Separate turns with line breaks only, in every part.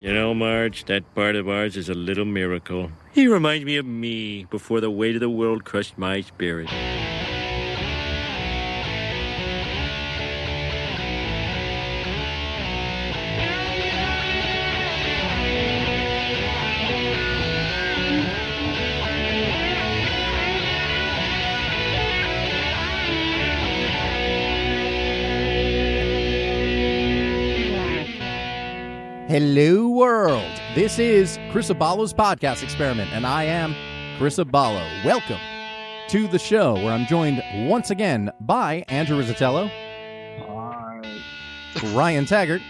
You know, Marge, that part of ours is a little miracle. He reminds me of me before the weight of the world crushed my spirit.
Hello, world. This is Chris Abalo's podcast experiment, and I am Chris Abalo. Welcome to the show where I'm joined once again by Andrew Rizzatello, Ryan Taggart.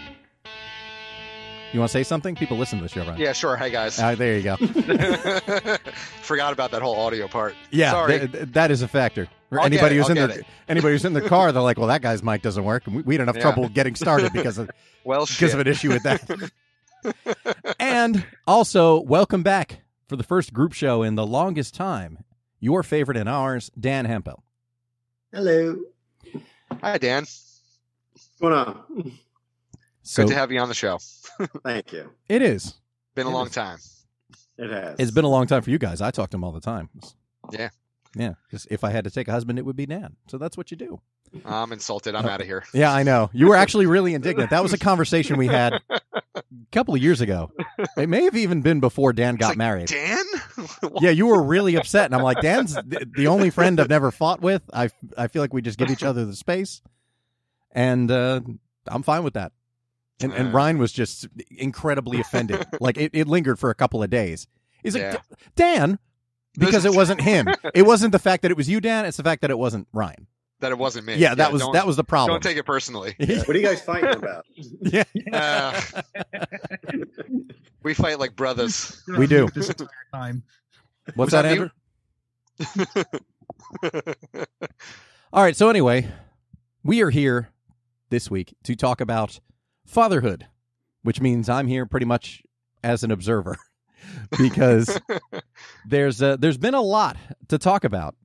You want to say something? People listen to the show, Ryan.
Yeah, sure. Hey, guys.
Ah, there you go.
Forgot about that whole audio part.
Yeah,
Sorry.
th- th- that is a factor. Or
I'll get
anybody
it,
who's
I'll
in
get
their
it.
anybody who's in their car, they're like, "Well, that guy's mic doesn't work. and We, we had enough
Yeah.
trouble getting started because of
well,
because
shit.
of an issue with that. and also, welcome back for the first group show in the longest time. Your favorite and ours, Dan Hempel.
Hello. What's
Hi, Dan.
going on?
So
Good to have you on the show.
Thank you.
it is.
Been a
It
long
is.
time.
It has.
It's been a long time for you guys. I talk to him all the time.
Yeah.
Yeah. 'Cause if I had to take a husband, it would be Dan. So that's what you do.
I'm insulted. I'm
Oh.
out of here.
Yeah, I know. You were actually really indignant. That was a conversation we had a couple of years ago. It may have even been before Dan got
like,
married.
Dan?
yeah, you were really upset, and I'm like, Dan's th- the only friend I've never fought with. I I feel like we just give each other the space, and uh, I'm fine with that. And and
Uh.
Ryan was just incredibly offended. like it, it lingered for a couple of days. He's like,
Yeah.
"D- Dan, because it wasn't him. It wasn't the fact that it was you, Dan. It's the fact that it wasn't Ryan.
that it wasn't me.
Yeah, that was
don't-
that was the problem.
Don't take it personally.
what are you guys fighting about?
yeah,
Uh, we fight like brothers.
we do.
this entire time.
What's
Was
that,
that
Andrew? All right. So anyway, we are here this week to talk about fatherhood, which means I'm here pretty much as an observer because there's uh, there's been a lot to talk about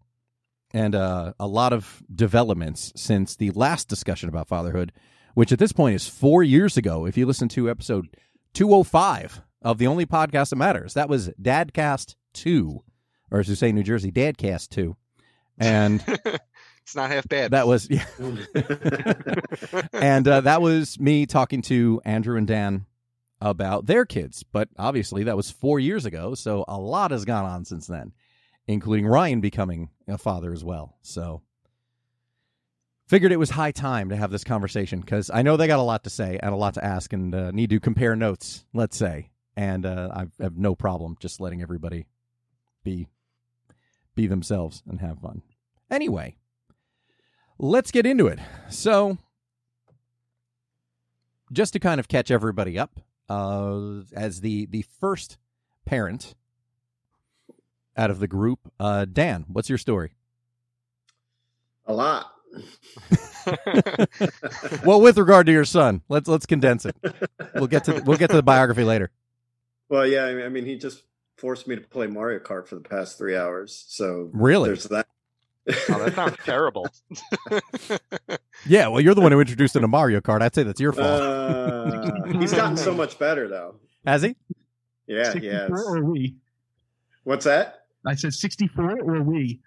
and uh, a lot of developments since the last discussion about fatherhood, which at this point is four years ago. If you listen to episode 205 of the only podcast that matters, that was Dadcast Two, or as you say in New Jersey, Dadcast Two, and
it's not half bad.
that was yeah, and uh, that was me talking to Andrew and Dan about their kids. But obviously, that was four years ago, so a lot has gone on since then, including Ryan becoming a father as well. So, figured it was high time to have this conversation because I know they got a lot to say and a lot to ask and uh, need to compare notes, let's say. And uh, I have no problem just letting everybody be be themselves and have fun. Anyway, let's get into it. So, just to kind of catch everybody up, uh, as the the first parent out of the group, uh, Dan, what's your story?
a lot.
Well, with regard to your son, let's let's condense it. We'll get to the, we'll get to the biography later.
Well, yeah. I mean, I mean, he just forced me to play Mario Kart for the past three hours. So
Really?
there's that.
oh, that sounds terrible.
Yeah. Well, you're the one who introduced him to Mario Kart. I'd say that's your fault.
Uh, he's gotten so much better though.
Has he?
Yeah, he
64
has.
or we?
What's that?
I said 64 or we.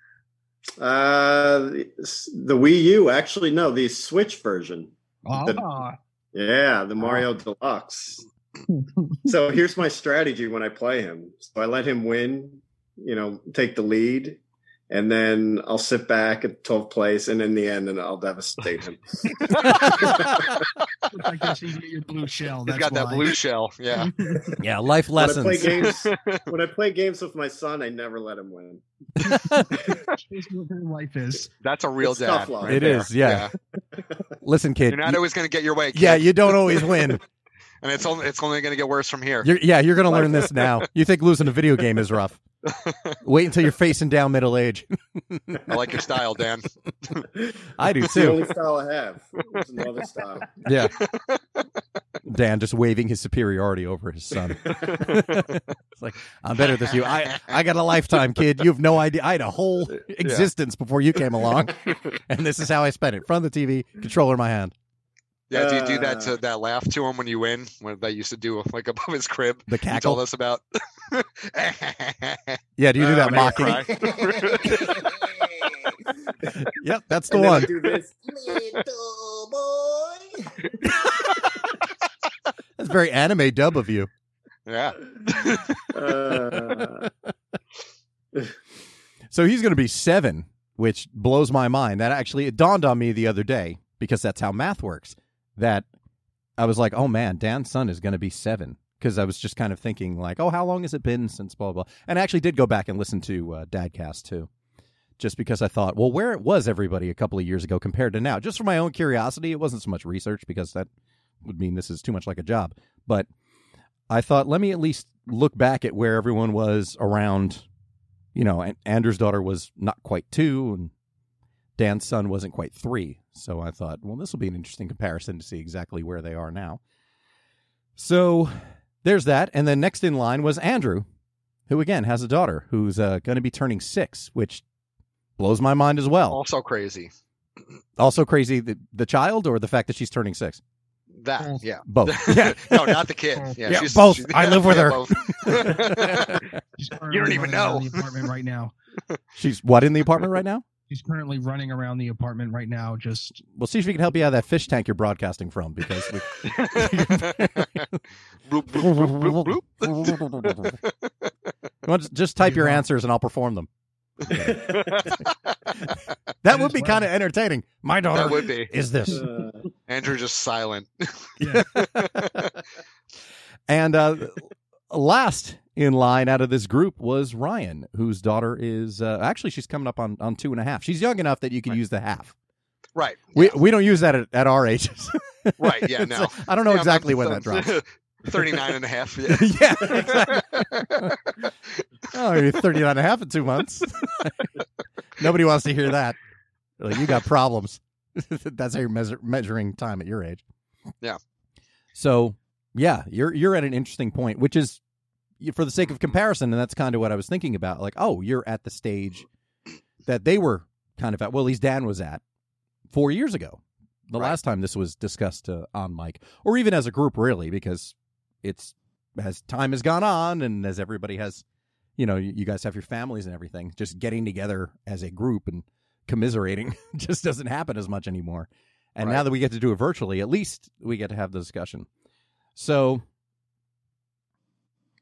Uh, the Wii U. Actually, no, the Switch version.
Ah.
Yeah, the Mario Deluxe. so here's my strategy when I play him. So I let him win, you know, take the lead, and then I'll sit back at 12th place, and in the end, and I'll devastate him.
I guess you get your blue shell.
He's
That's
got that
why.
blue shell. Yeah.
yeah. Life
when I play
lessons.
games, when I play games with my son, I never let him win.
Basically what their life is.
That's a real
It's
dad.
tough love.
It
there.
is, yeah. Listen, kid.
You're not always going to get your way.
yeah,
kid.
you don't always win.
and it's only it's only going to get worse from here.
You're, yeah, you're gonna learn this now. You think losing a video game is rough? Wait until you're facing down middle age.
I like your style, Dan.
I do
It's the
too.
only style I have. It's another style.
Yeah. Dan just waving his superiority over his son. it's like, I'm better than you. I, I got a lifetime, kid. You have no idea. I had a whole existence before you came along. And this is how I spent it. Front of the TV, controller in my hand.
Yeah, do you do that
Uh.
to that laugh to him when you win? When they used to do like above his crib.
The
He
cackle.
told us about.
Yeah, do you do
Uh,
that
when I
mocking?
cry.
Yep, that's the
And then I
one.
do this.
That's a very anime dub of you.
yeah.
Uh,
So he's going to be seven, which blows my mind. That actually it dawned on me the other day because that's how math works. That I was like, oh man, Dan's son is going to be seven because I was just kind of thinking like, oh, how long has it been since blah blah. And I actually did go back and listen to uh, Dadcast too, just because I thought, well, where it was everybody a couple of years ago compared to now, just for my own curiosity. It wasn't so much research because that would mean this is too much like a job, but I thought let me at least look back at where everyone was around you know, and Anders' daughter was not quite two, and Dan's son wasn't quite three. So I thought, well, this will be an interesting comparison to see exactly where they are now. So there's that. And then next in line was Andrew, who again has a daughter who's uh, going to be turning six, which blows my mind as well.
Also crazy.
Also crazy the, the child or the fact that she's turning six?
That. Yeah.
Both. Mm. Yeah. Mm.
no, not the kid. Yeah.
Yeah,
she's,
both.
she-
I live with her.
both.
She's
You don't
currently
even
running around
know.
the apartment right now.
she's what in the apartment right now?
She's currently running around the apartment right now. Just
We'll see if we can help you out of that fish tank you're broadcasting from because we
Boop, boop, boop, boop, boop.
well, just, just type your answers and I'll perform them. That would be kind of entertaining. My daughter
That would be.
is this.
uh,
Andrew just silent.
And uh, last in line out of this group was Ryan, whose daughter is uh, actually she's coming up on, on two and a half. She's young enough that you can
Right.
use the half.
Right.
We we don't use that at, at our ages.
Right. Yeah.
It's
No.
like- I don't know
Yeah, I'm-
exactly
I'm-
when
I'm
that drops.
39 and a half. Yeah.
yeah, exactly. Oh, you're 39 and a half in two months. Nobody wants to hear that. They're like, you got problems. That's how you're measure- measuring time at your age.
Yeah.
So, yeah, you're you're at an interesting point, which is you- for the sake of comparison, and that's kind of what I was thinking about. Like, oh, you're at the stage that they were kind of at. Well, at least Dan was at four years ago. The
Right.
last time this was discussed uh, on mic, or even as a group, really, because it's as time has gone on and as everybody has you know you you guys have your families and everything just getting together as a group and commiserating just doesn't happen as much anymore and now
Right.
that we get to do it virtually at least we get to have the discussion so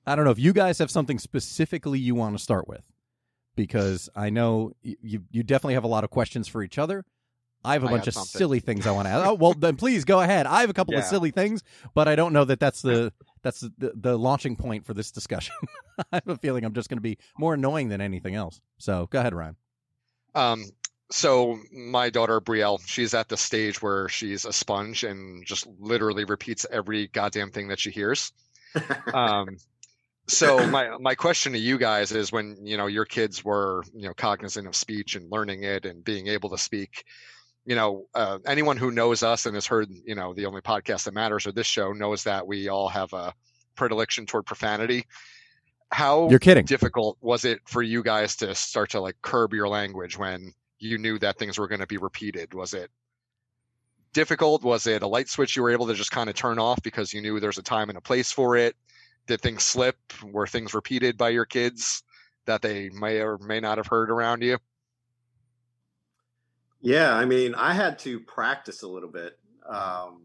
i don't know if you guys have something specifically you want to start with because i know y- you you definitely have a lot of questions for each other i have a
I
bunch
got
of
something.
silly things i want to ask oh well then please go ahead i have a couple of
Yeah.
silly things but i don't know that that's the that's the, the launching point for this discussion. I have a feeling I'm just going to be more annoying than anything else. So go ahead, Ryan.
Um, so my daughter Brielle, she's at the stage where she's a sponge and just literally repeats every goddamn thing that she hears. Um, so my my question to you guys is when you know your kids were you know cognizant of speech and learning it and being able to speak, you know uh, anyone who knows us and has heard you know the only podcast that matters or this show knows that we all have a predilection toward profanity. How
You're kidding.
difficult was it for you guys to start to like curb your language when you knew that things were going to be repeated? Was it difficult? Was it a light switch you were able to just kind of turn off because you knew there's a time and a place for it? Did things slip? Were things repeated by your kids that they may or may not have heard around you?
yeah, I mean, I had to practice a little bit. Um,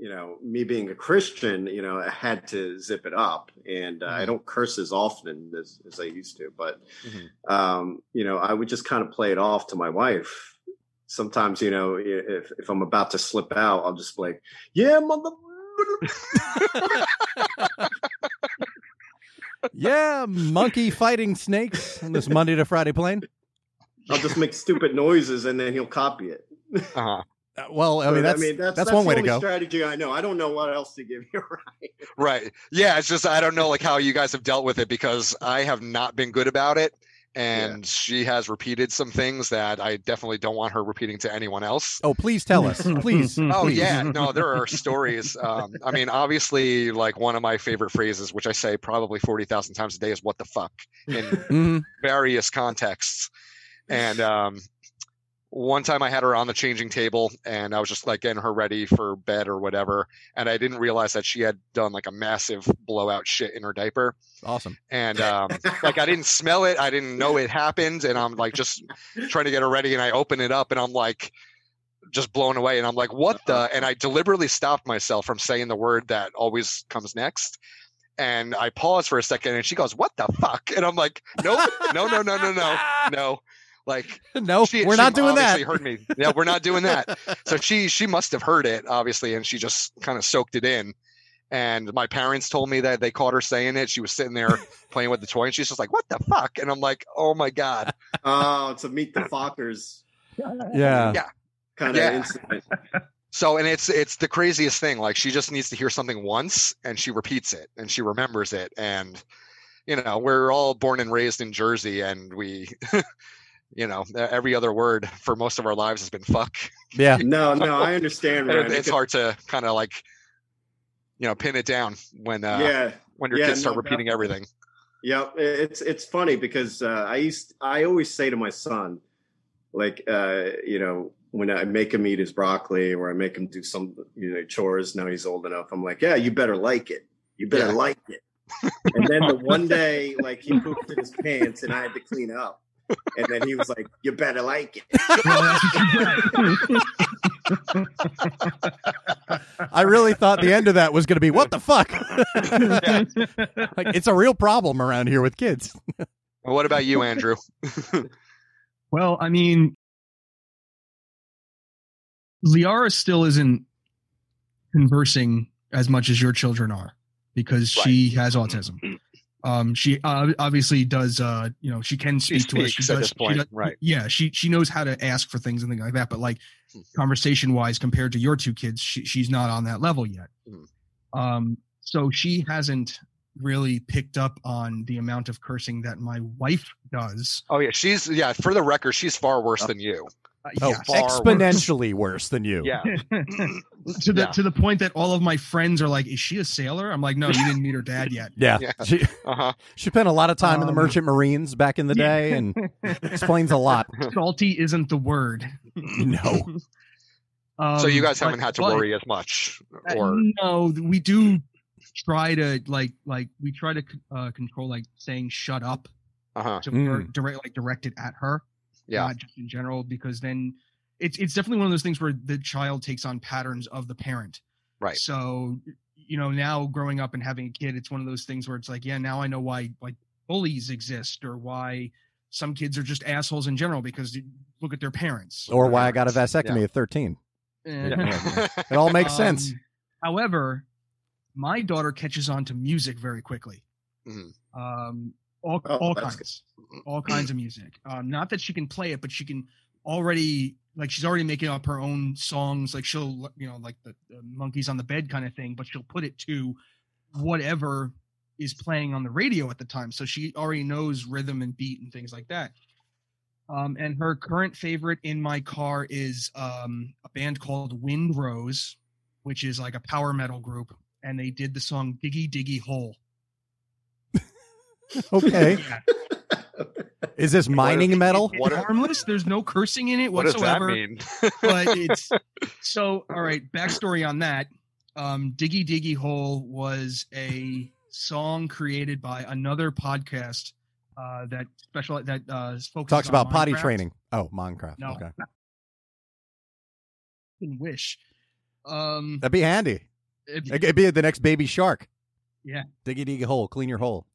you know, me being a Christian, you know, I had to zip it up, and uh,
Mm-hmm.
I don't curse as often as, as I used to. But
Mhm.
Mm-hmm.
um, you know, I would just kind of play it off to my wife. Sometimes, you know, i- if if I'm about to slip out, I'll just be like, "Yeah, mother."
Yeah, monkey fighting snakes on this Monday to Friday plane.
I'll just make stupid noises, and then he'll copy it.
Uh-huh.
Uh, well, I mean,
But,
that's, that's, one
the
way to
only
go.
Strategy I know. I don't know what else to give you.
Right. Yeah. It's just, I don't know like how you guys have dealt with it because I have not been good about it. And she has repeated some things that I definitely don't want her repeating to anyone else.
oh, please tell us. Please.
Oh
please.
yeah, no, there are stories. Um, I mean, obviously, like one of my favorite phrases, which I say probably forty thousand times a day, is "what the fuck" in
Mhm.
various contexts. And um, one time I had her on the changing table and I was just like getting her ready for bed or whatever. And I didn't realize that she had done like a massive blowout shit in her diaper.
Awesome.
And um, like I didn't smell it, I didn't know it happened. And I'm like just trying to get her ready. And I open it up and I'm like just blown away. And I'm like, what the? And I deliberately stopped myself from saying the word that always comes next. And I pause for a second and she goes, what the fuck? And I'm like, nope, no, no, no, no, no, no. Like,
no,
she-
Oh, we're
she
not doing that.
obviously Heard me? Yeah, we're not doing that. So she she must have heard it obviously, and she just kind of soaked it in. And my parents told me that they caught her saying it. She was sitting there playing with the toy, and she's just like, "What the fuck?" And I'm like, "Oh my god!"
Oh, to meet the Fockers
yeah.
Yeah.
kind of
Yeah.
incident.
So and it's it's the craziest thing. Like she just needs to hear something once, and she repeats it, and she remembers it. And you know, we're all born and raised in Jersey, and we. You know, e-, every other word for most of our lives has been fuck.
Yeah.
No, no, I understand.
And
Ryan.
it- it's hard to kind of like you know pin it down when uh
yeah,
when your
Yeah,
kids start
no,
repeating everything
Yep, it's it's funny because uh, I used I always say to my son, like uh, you know when I make him eat his broccoli or I make him do some you know chores. Now he's old enough. I'm like, yeah, you better like it. You better
Yeah.
like it. And then the one day, like he pooped in his pants, and I had to clean up. And then he was like, "You better like it."
Well, that's what you got.
I really thought the end of that was going to be what the fuck. like it's a real problem around here with kids.
Well, what about you andrew
Well, I mean, Liara still isn't conversing as much as your children are because she has
Mm-hmm.
autism. Um, she uh, obviously does. Uh, you know, she can
She
speak to us. She
speaks at
does-
this
she
point,
does-
right.
Yeah, she she knows how to ask for things and things like that. But like
Mm-hmm.
conversation wise, compared to your two kids, she, she's not on that level yet.
Mhm.
Um, so she hasn't really picked up on the amount of cursing that my wife does.
oh yeah she's yeah for the record she's far worse than you
Uh,
Oh,
Yes.
exponentially worse than you.
yeah
to the
Yeah.
to the point that all of my friends are like, "Is she a sailor?" I'm like, "No, you didn't meet her dad yet."
Yeah.
Yeah.
She
uh-huh
she spent a lot of time in the
Um,
merchant marines back in the day and explains a lot.
Salty isn't the word.
No.
Um,
so you guys haven't
but-
had to
but-
worry as much
uh,
or
no, we do try to like like we try to uh, control like saying "shut up"
uh-huh
to
Mm.
her, direct like direct it at her.
yeah
not just in general, because then it's it's definitely one of those things where the child takes on patterns of the parent.
Right.
So you know, now growing up and having a kid, it's one of those things where it's like, yeah, now I know why like bullies exist or why some kids are just assholes in general because you look at their parents.
Or why I got a vasectomy at 13.
Eh.
It all makes
Um,
sense.
However, my daughter catches on to music very quickly.
Mhm.
Um, all
Oh,
all
that's
kinds, all kinds of music. Um, not that she can play it, but she can already like she's already making up her own songs. Like she'll you know like the, the monkeys on the bed kind of thing, but she'll put it to whatever is playing on the radio at the time. So she already knows rhythm and beat and things like that. Um, and her current favorite in my car is um, a band called Wind Rose, which is like a power metal group. And they did the song Diggy Diggy Hole.
Okay.
Yeah.
Is this mining metal?
It's
What a-
harmless. There's no cursing in it
what does that
whatsoever.
mean
but it's so all right backstory on that um diggy diggy hole was a song created by another podcast uh that special that uh focuses
Talks
on
about potty
Minecraft.
training. Oh, Minecraft.
No.
Okay.
Fucking wish um
That'd be handy.
if-
It could be the next baby shark.
Yeah.
Diggy diggy hole. Clean your hole.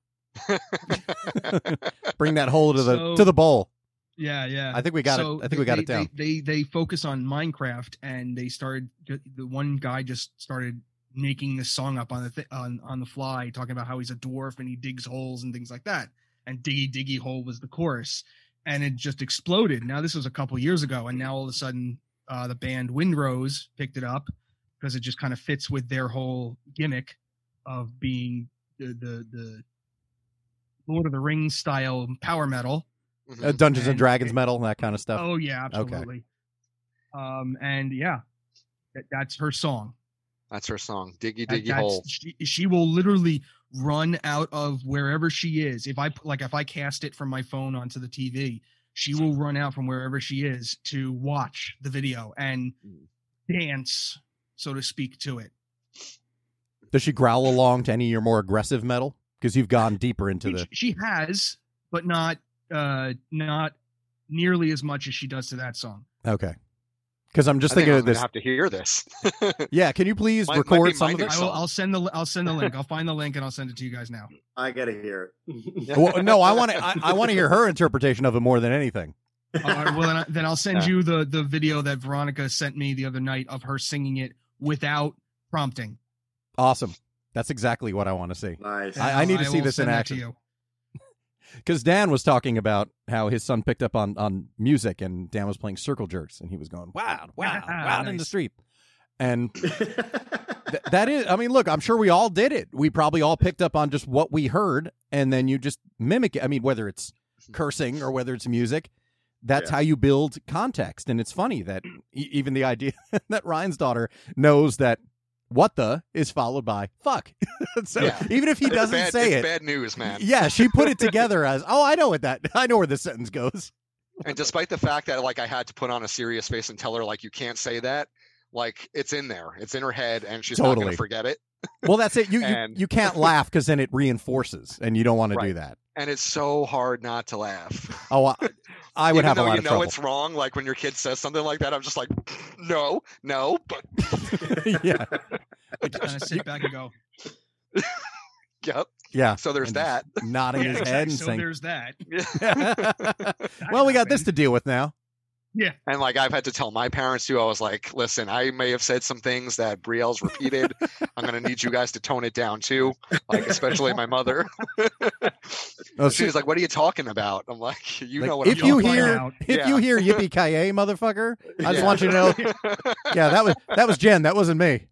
Bring that hole to the
So-
to the bowl.
yeah yeah
I think we got
So
it. I think we got
they-
it down.
They, they they focus on Minecraft, and they started. The one guy just started making this song up on the th- on on the fly, talking about how he's a dwarf and he digs holes and things like that. And diggy diggy hole was the chorus, and it just exploded. Now this was a couple years ago, and now all of a sudden, uh, the band Windrose picked it up because it just kind of fits with their whole gimmick of being the the, the Lord of the Rings style power metal.
Uh,
Mhm.
Dungeons and
and-
Dragons metal, that kind of stuff.
Oh yeah,
Okay.
absolutely. Um, and yeah, that, that's her song.
that's her song diggy
That-
diggy
that's-
hole
She, she will literally run out of wherever she is. If I like, if I cast it from my phone onto the TV, she will run out from wherever she is to watch the video and
Mm.
dance, so to speak, to it. Oh.
Does she growl along to any of your more aggressive metal? Because you've gone deeper into
She-
the.
she has, but not uh not nearly as much as she does to that song.
Okay. Because I'm just
I think
thinking
I'm
of
gonna
this.
have to hear this.
Yeah, can you please
Might- might be
record some of
minding
this?
I will,
song.
I'll send the li- I'll send the link. I'll find the link and I'll send it to you guys now.
I gotta hear it.
Well, no, I want to. I, I want to hear her interpretation of it more than anything.
All right, well, then, I, then I'll send
Yeah.
you the the video that Veronica sent me the other night of her singing it without prompting.
Awesome. That's exactly what I want to see.
nice.
I- I need to see
will
this in
send that to
action.
you.
Because Dan was talking about how his son picked up on on music, and Dan was playing circle jerks, and he was going wild, wild, wild in the
Nice.
street. And th- that is, I mean, look, I'm sure we all did it. We probably all picked up on just what we heard, and then you just mimic it. I mean, whether it's cursing or whether it's music, that's
Yeah.
how you build context. And it's funny that e- even the idea that Ryan's daughter knows that what the is followed by fuck. so
Yeah.
even if he
It's
doesn't
bad-
say
it's
it,
Bad news, man.
yeah, she put it together as, oh, I know what that, I know where this sentence goes.
And despite the fact that like I had to put on a serious face and tell her like you can't say that, like it's in there, it's in her head, and she's not
Totally.
gonna forget it.
Well, that's it. You you,
And-
you can't laugh because then it reinforces, and you don't want to do
Right.
that.
And it's so hard not to laugh.
Oh, I, I would
Even
have a
though
lot
you
of
know
trouble.
it's wrong. Like when your kid says something like that, I'm just like, no, no, but
yeah,
Kind of Uh, sit back and go.
yep.
yeah.
So there's
And
that.
just nodding
"Yeah,
his
exactly,
head and
so
saying,
there's that. That
"Well, we got this
happened.
to deal with now."
And like I've had to tell my parents too. I was like, listen, I may have said some things that Brielle's repeated. I'm gonna need you guys to tone it down too. Like especially my mother.
Oh,
she was like, what are you talking about? I'm like, you
like,
know what?
if
I'm
you
talking
hear
about.
if you hear yippee ki yay, motherfucker, I just
Yeah.
want you to know.
about."
Yeah, that was that was Jen. That wasn't me.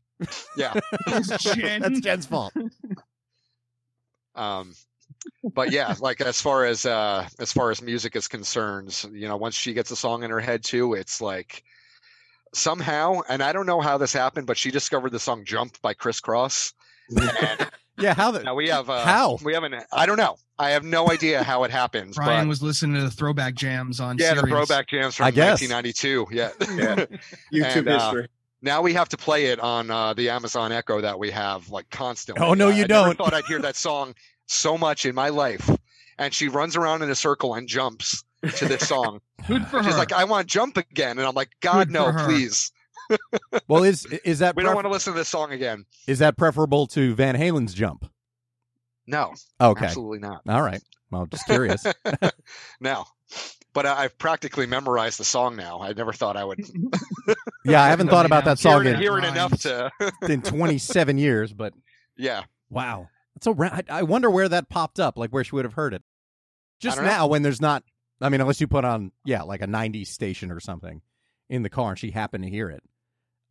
yeah.
It's Jen.
That's Jen's fault.
um but yeah like as far as uh as far as music is concerned you know once she gets a song in her head too it's like somehow and i don't know how this happened but she discovered the song jump by Criss Cross. And
Yeah, how the
now we have uh
How?
we haven't i don't know i have no idea how it happens
Brian
but
was listening to the throwback jams on.
yeah the
Sirius.
throwback jams from
I guess.
1992 yeah
Yeah. YouTube
And, uh,
history.
now we have to play it on uh, the Amazon Echo that we have like constantly.
Oh, no,
I-
you
I
don't.
Never thought I'd hear that song so much in my life. And she runs around in a circle and jumps to this song.
Good for her.
She's like, "I want to jump again," and I'm like, "God,
Good
no,
for her.
please.
well is is that
We don't
pref-
want to listen to this song again."
is that preferable to Van Halen's jump?
No,
Okay,
absolutely not.
all right. Well, just curious.
No. But I, I've practically memorized the song now. I never thought I would
Yeah, I haven't thought about that
Hear
song
hear it,
it
in,
hear it enough
Rhymes.
to.
in 27 years, but
Yeah,
Wow. That's a ra- I- I wonder where that popped up, like where she would have heard it. Just
don't know.
now when there's not I mean, unless you put on yeah, like a nineties station or something in the car and she happened to hear it.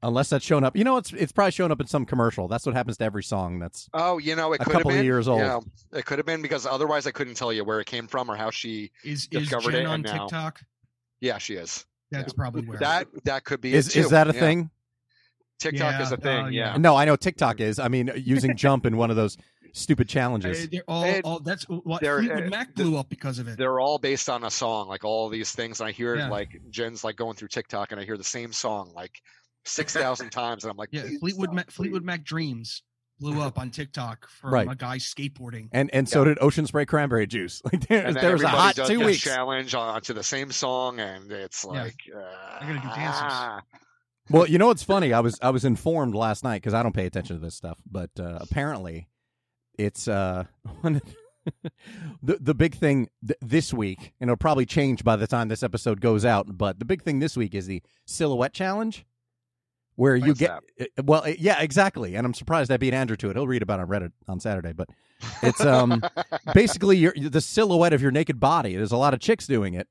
Unless that's shown up. You know, it's it's probably shown up in some commercial. That's what happens to every song that's
Oh, you know, it
a
could have
couple of
been.
years old.
Yeah, it could have been because otherwise I couldn't tell you where it came from or how she.
is is
discovered
Jen
it
on
and now-
TikTok?
Yeah, she is.
That's probably where.
That that could be.
Is
it
is
too.
that a
Yeah.
thing?
TikTok
Yeah,
is a thing.
oh,
yeah.
yeah.
No, I know TikTok is. I mean, using jump in one of those stupid challenges.
Uh, they're all,
It-
all that's what
they're,
Fleetwood
uh,
Mac
the-
blew up because of it.
They're all based on a song, like all these things. And I hear
Yeah.
like Jen's like going through TikTok, and I hear the same song like six thousand times, and I'm like,
Yeah,
"Please
Fleetwood
stop,
Mac,
please."
Fleetwood Mac Dreams blew up on TikTok from
Right.
a guy skateboarding.
And and so did Ocean Spray Cranberry Juice. Like there,
And then
there was a
everybody
hot
does
two
the
weeks.
challenge on to the same song, and it's
Yeah.
like,
They're gonna do
uh,
dances.
ah.
Well, you know what's funny? I was I was informed last night because I don't pay attention to this stuff, but uh, apparently, it's uh, one of- the the big thing th- this week, and it'll probably change by the time this episode goes out. But the big thing this week is the silhouette challenge, where you
What's
get uh, well, uh, yeah, exactly. And I'm surprised I beat Andrew to it. He'll read about it on Reddit on Saturday, but it's um basically your the silhouette of your naked body. There's a lot of chicks doing it,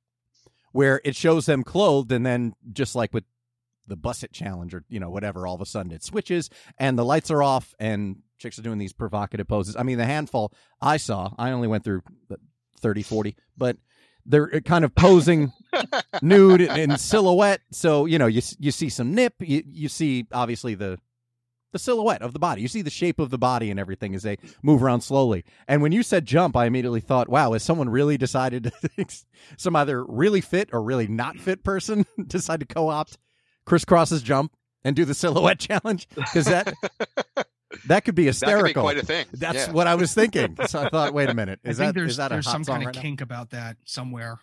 where it shows them clothed, and then just like with the busset challenge or you know whatever, all of a sudden it switches and the lights are off, and chicks are doing these provocative poses. I mean, the handful I saw, I only went through 30, 40, but they're uh, kind of posing nude and silhouette. So you know you s- you see some nip, you you see obviously the the silhouette of the body. You see the shape of the body and everything as they move around slowly. And when you said jump, I immediately thought, wow, has someone really decided to, some either really fit or really not fit person decide to co opt crisscross's jump and do the silhouette challenge? Because that that could be hysterical.
That could be quite a thing.
That's
yeah.
what I was thinking. So I thought, wait a minute, is
I think
that
there's
is that a
there's
hot
some
song
kind
right
of
now?
kink about that somewhere.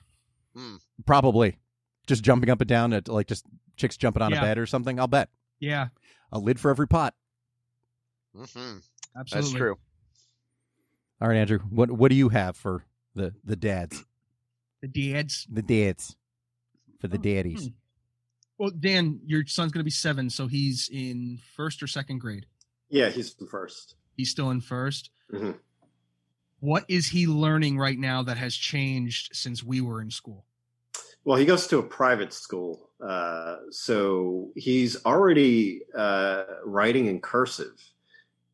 Probably just jumping up and down at like just chicks jumping on a
Yeah.
bed or something. I'll bet
Yeah,
a lid for every pot.
Mhm. That's
absolutely.
true.
All right, Andrew, what what do you have for the the dads,
The dads.
the dads, for the
Oh,
daddies?
hmm. Well, Dan, your son's going to be seven, so he's in first or second grade.
Yeah, he's from first.
He's still in 1st
Mm-hmm.
Mhm.
What is he learning right now that has changed since we were in school?
Well, he goes to a private school, uh, so he's already uh, writing in cursive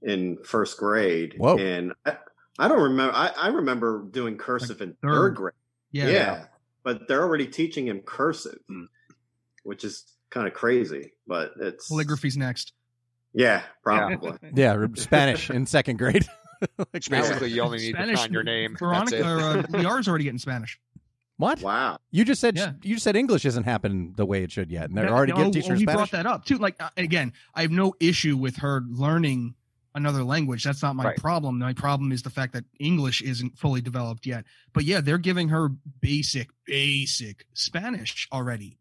in first grade.
Whoa.
And I, I don't remember. I, I remember doing cursive in
third.
third grade.
Yeah.
but they're already teaching him cursive, which is kind of crazy. But it's
Calligraphy's next.
Yeah, probably.
Yeah, re- Spanish in second grade. Like,
It's
now-
basically you only need to
Spanish-
sign your name. That's
Veronica,
it.
or, uh, Liara's already getting Spanish.
what
wow.
you just said?
Yeah.
You just said English hasn't happened the way it should yet, and they're
That-
already
no,
getting
well,
teachers
he
Spanish.
brought that up too. Like uh, again, I have no issue with her learning another language. That's not my
Right.
problem. My problem is the fact that English isn't fully developed yet. But yeah, they're giving her basic, basic Spanish already,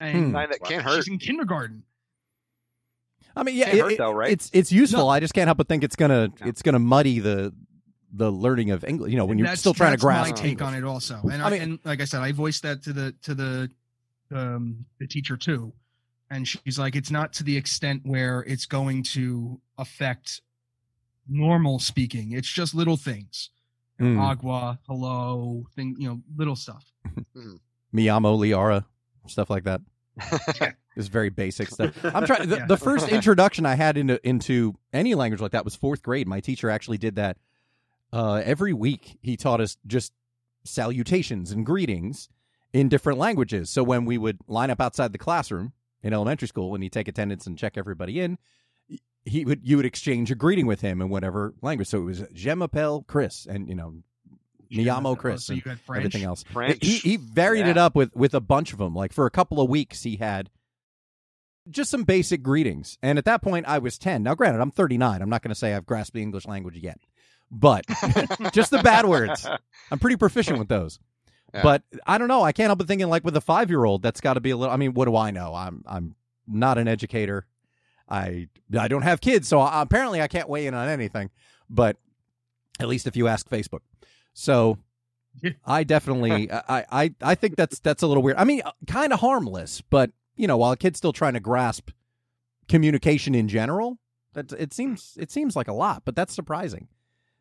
and
Hmm.
Sign that can't hurt.
she's in kindergarten.
I mean, yeah,
Can't
it-
hurt
it-
though, right?
it's it's useful.
No.
I just can't help but think it's gonna
No.
it's gonna muddy the the learning of English. You know, when you're
That's-
still trying to
that's
grasp
My take on
English.
it also, and
I
I,
mean-
and like I said, I voiced that to the to the um, the teacher too, and she's like, it's not to the extent where it's going to affect normal speaking. It's just little things,
Mm.
agua, hello, thing, you know, little stuff.
Miyamo, Liara, stuff like that. It's very basic stuff. I'm trying. The,
Yeah.
the first introduction I had into into any language like that was fourth grade. My teacher actually did that. Uh, every week he taught us just salutations and greetings in different languages. So when we would line up outside the classroom in elementary school and he'd take attendance and check everybody in, he would you would exchange a greeting with him in whatever language. So it was Je m'appelle Chris, and you know, Miyamo Chris,
Oh, So you
and
got French.
everything else.
French.
He, he varied it
Yeah.
up with with a bunch of them. Like for a couple of weeks, he had just some basic greetings. And at that point, I was ten. Now, granted, I'm 39. I'm not going to say I've grasped the English language yet, but E, Just the bad words. I'm pretty proficient with those.
Yeah.
But I don't know. I can't help but thinking like with a five year old, that's got to be a little. I mean, what do I know? I'm I'm not an educator. I I don't have kids, so I, apparently I can't weigh in on anything. But at least if you ask Facebook, so
Yeah.
I definitely I, I I think that's that's a little weird. I mean, kind of harmless, but you know, while a kid's still trying to grasp communication in general, that it seems it seems like a lot, but that's surprising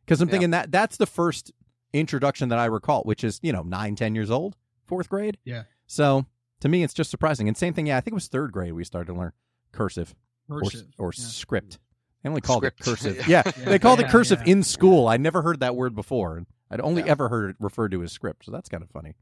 because I'm
Yeah.
thinking that that's the first introduction that I recall, which is you know nine ten years old, fourth grade.
Yeah.
So to me, it's just surprising. And same thing, yeah, I think it was third grade we started to learn cursive or-
Cursive.
or,
Yeah.
script. They only called it
Script.
cursive. Yeah,
Yeah.
they called it
Yeah,
cursive
yeah.
in school. I never heard that word before. I'd only
Yeah.
ever heard it referred to as script. So that's kind of funny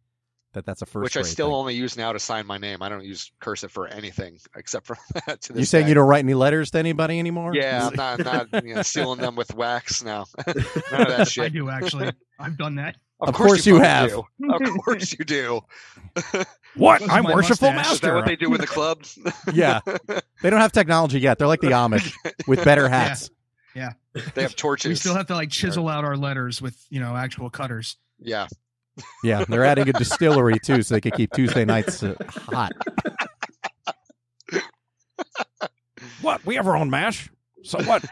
that that's a first.
which I
grade
still
thing.
only use now to sign my name. I don't use cursive for anything except for that. To this
You saying
day.
you don't write any letters to anybody anymore?
Yeah, I'm not, not you know, sealing them with wax now. None of that
I
shit.
do actually. I've done that.
Of course you
fucking
have.
do. Of course you do.
What?
This is
I'm
my
worshipful
mustache.
Is that
master.
what they do with the club?
yeah, they don't have technology yet. They're like the Amish with better hats.
They have torches.
We still have to like chisel out our letters with you know actual cutters.
Yeah.
Yeah, they're adding a distillery too, so they could keep Tuesday nights uh, hot. what? We have our own mash. So what?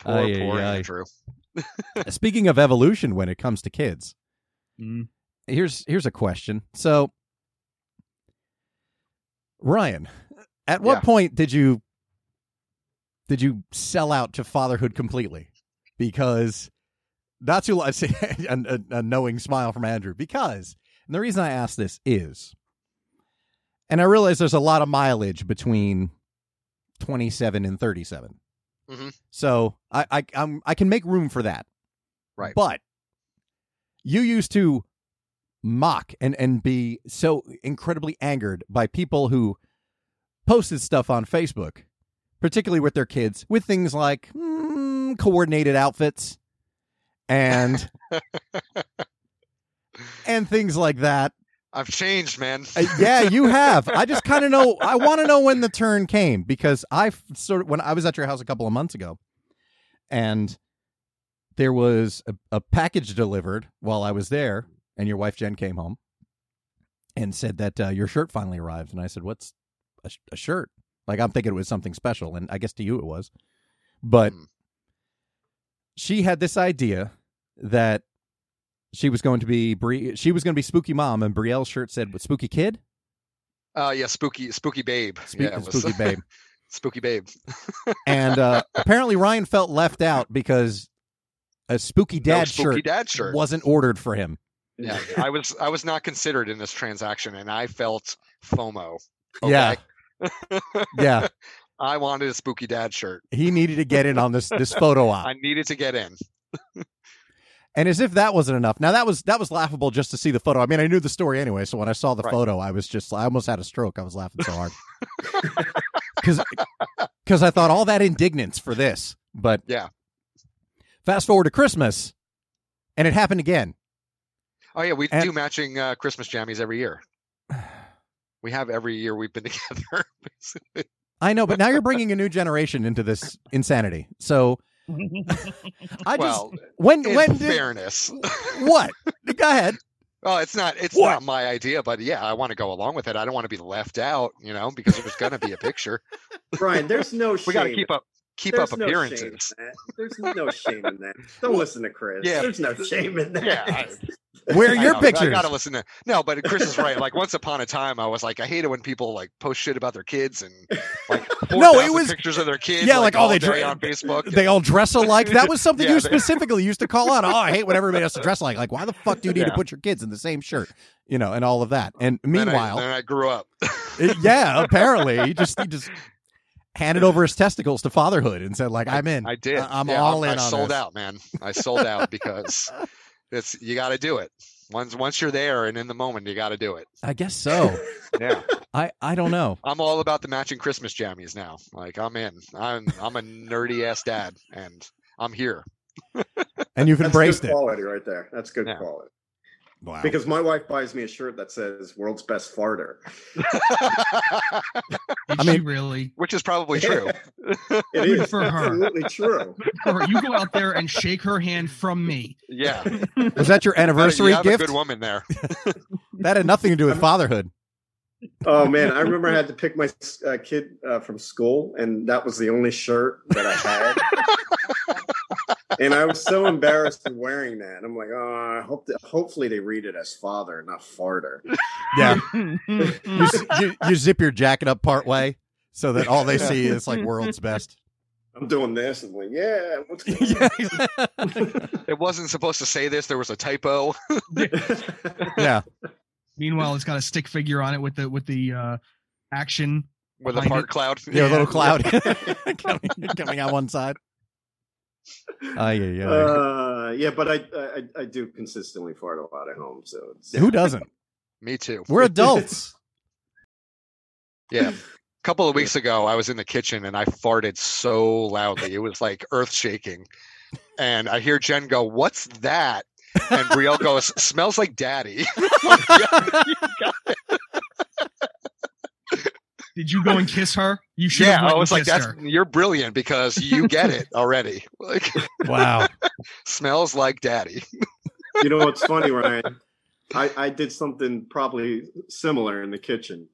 Poor,
Ay, ay,
poor
ay.
Andrew.
Speaking of evolution, when it comes to kids,
Mm.
here's here's a question. So, Ryan, at what
Yeah.
point did you did you sell out to fatherhood completely? Because not too long. see, a, a, a knowing smile from Andrew. Because and the reason I ask this is, and I realize there's a lot of mileage between twenty seven and thirty
Mhm.
So I I I'm, I can make room for that.
Right.
But you used to mock and and be so incredibly angered by people who posted stuff on Facebook, particularly with their kids, with things like mm, coordinated outfits and and things like that.
I've changed, man.
Uh, yeah, you have. I just kind of know. I want to know when the turn came because I f- sort of when I was at your house a couple of months ago, and there was a, a package delivered while I was there, and your wife Jen came home and said that uh, your shirt finally arrived, and I said, "What's a, sh- a shirt?" Like I'm thinking it was something special, and I guess to you it was, but
Mm.
she had this idea that she was going to be Bri- she was going to be spooky mom and Brielle's shirt said "With spooky kid
Uh, yeah, spooky, spooky babe.
Spook-
yeah, it was-
spooky babe
spooky babe.
and uh, apparently Ryan felt left out because a spooky
No,
dad
spooky
shirt
dad shirt.
wasn't ordered for him
Yeah, I was, I was not considered in this transaction, and I felt FOMO.
Yeah. yeah
I wanted a spooky dad shirt.
he needed to get in on this this photo op
I needed to get in.
and as if that wasn't enough now that was that was laughable just to see the photo I mean I knew the story anyway so when I saw the
Right.
photo I was just I almost had a stroke I was laughing so hard because because I thought all that indignance for this but
Yeah.
fast forward to Christmas and it happened again
Oh yeah, we
And-
do matching uh, Christmas jammies every year. We have every year we've been together. basically.
I know, but now you're bringing a new generation into this insanity. So I just
well,
when
in
when did,
fairness,
what? Go ahead.
well, it's not it's
What?
not my idea, but yeah, I want to go along with it. I don't want to be left out, you know, because there's going to be a picture.
Brian, there's no shame.
We got to keep up keep
There's
up
no
appearances.
shame in that. There's no shame in that. Don't listen to Chris.
Yeah.
There's no shame in that.
Yeah, I-
Where are
I
your
know, I
pictures?
gotta listen to no, but Chris is right. Like once upon a time, I was like, I hate it when people like post shit about their kids and like
No, it
4,000
was-
pictures of their kids.
Yeah, like, all they
day
dra-
on Facebook.
They all dress alike. That was something
Yeah,
you
they-
specifically used to call out. Oh, I hate when everybody has to dress alike. Like, why the fuck do you need to
Yeah.
put your kids in the same shirt? You know, and all of that. And
Then I-
meanwhile,
then I grew up.
it- yeah, apparently he just he just handed over his testicles to fatherhood and said, like, I'm in.
I did.
I- am
Yeah,
all
I
in on
sold
this.
out, man. I sold out because it's you got to do it. Once once you're there and in the moment, you got to do it.
I guess so.
Yeah,
I I don't know.
I'm all about the matching Christmas jammies now. Like I'm in. I'm I'm a nerdy ass dad, and I'm here.
And you've
That's
embraced
good
it.
quality right there. That's good
Yeah.
quality.
Wow.
Because my wife buys me a shirt that says "World's Best Farter."
Did
I
she
mean-
really?
Which is probably true.
it is
For her.
absolutely true.
Or you go out there and shake her hand from me.
Yeah, You
Was that your
have
anniversary
a
gift?
good woman there.
That had nothing to do with fatherhood.
Oh man, I remember I had to pick my uh, kid uh, from school, and that was the only shirt that I had. and I was so embarrassed of wearing that. I'm like, oh, I hope that hopefully they read it as father, not farter.
Yeah, you, s- you, you zip your jacket up part way so that all they see is like world's best.
I'm doing this. I'm like, yeah, what's going on?
yeah,
It wasn't supposed to say this. There was a typo.
yeah,
Meanwhile, it's got a stick figure on it with the with the uh, action.
With a
Behind
fart
it.
cloud.
a little cloud coming, coming out one side. Oh yeah, yeah.
Uh, yeah, but I, I I do consistently fart a lot at home, so it's
Who doesn't?
Me too.
We're adults.
Yeah. A couple of weeks ago, I was in the kitchen and I farted so loudly. It was like earth shaking. And I hear Jen go, What's that? And Brielle goes, Smells like daddy.
Did you go and kiss her? You should.
yeah.
have went
I was
and
like,
kissed
That's
her.
you're brilliant because you get it already. Like,
wow.
smells like daddy.
you know what's funny, Ryan? I, I did something probably similar in the kitchen,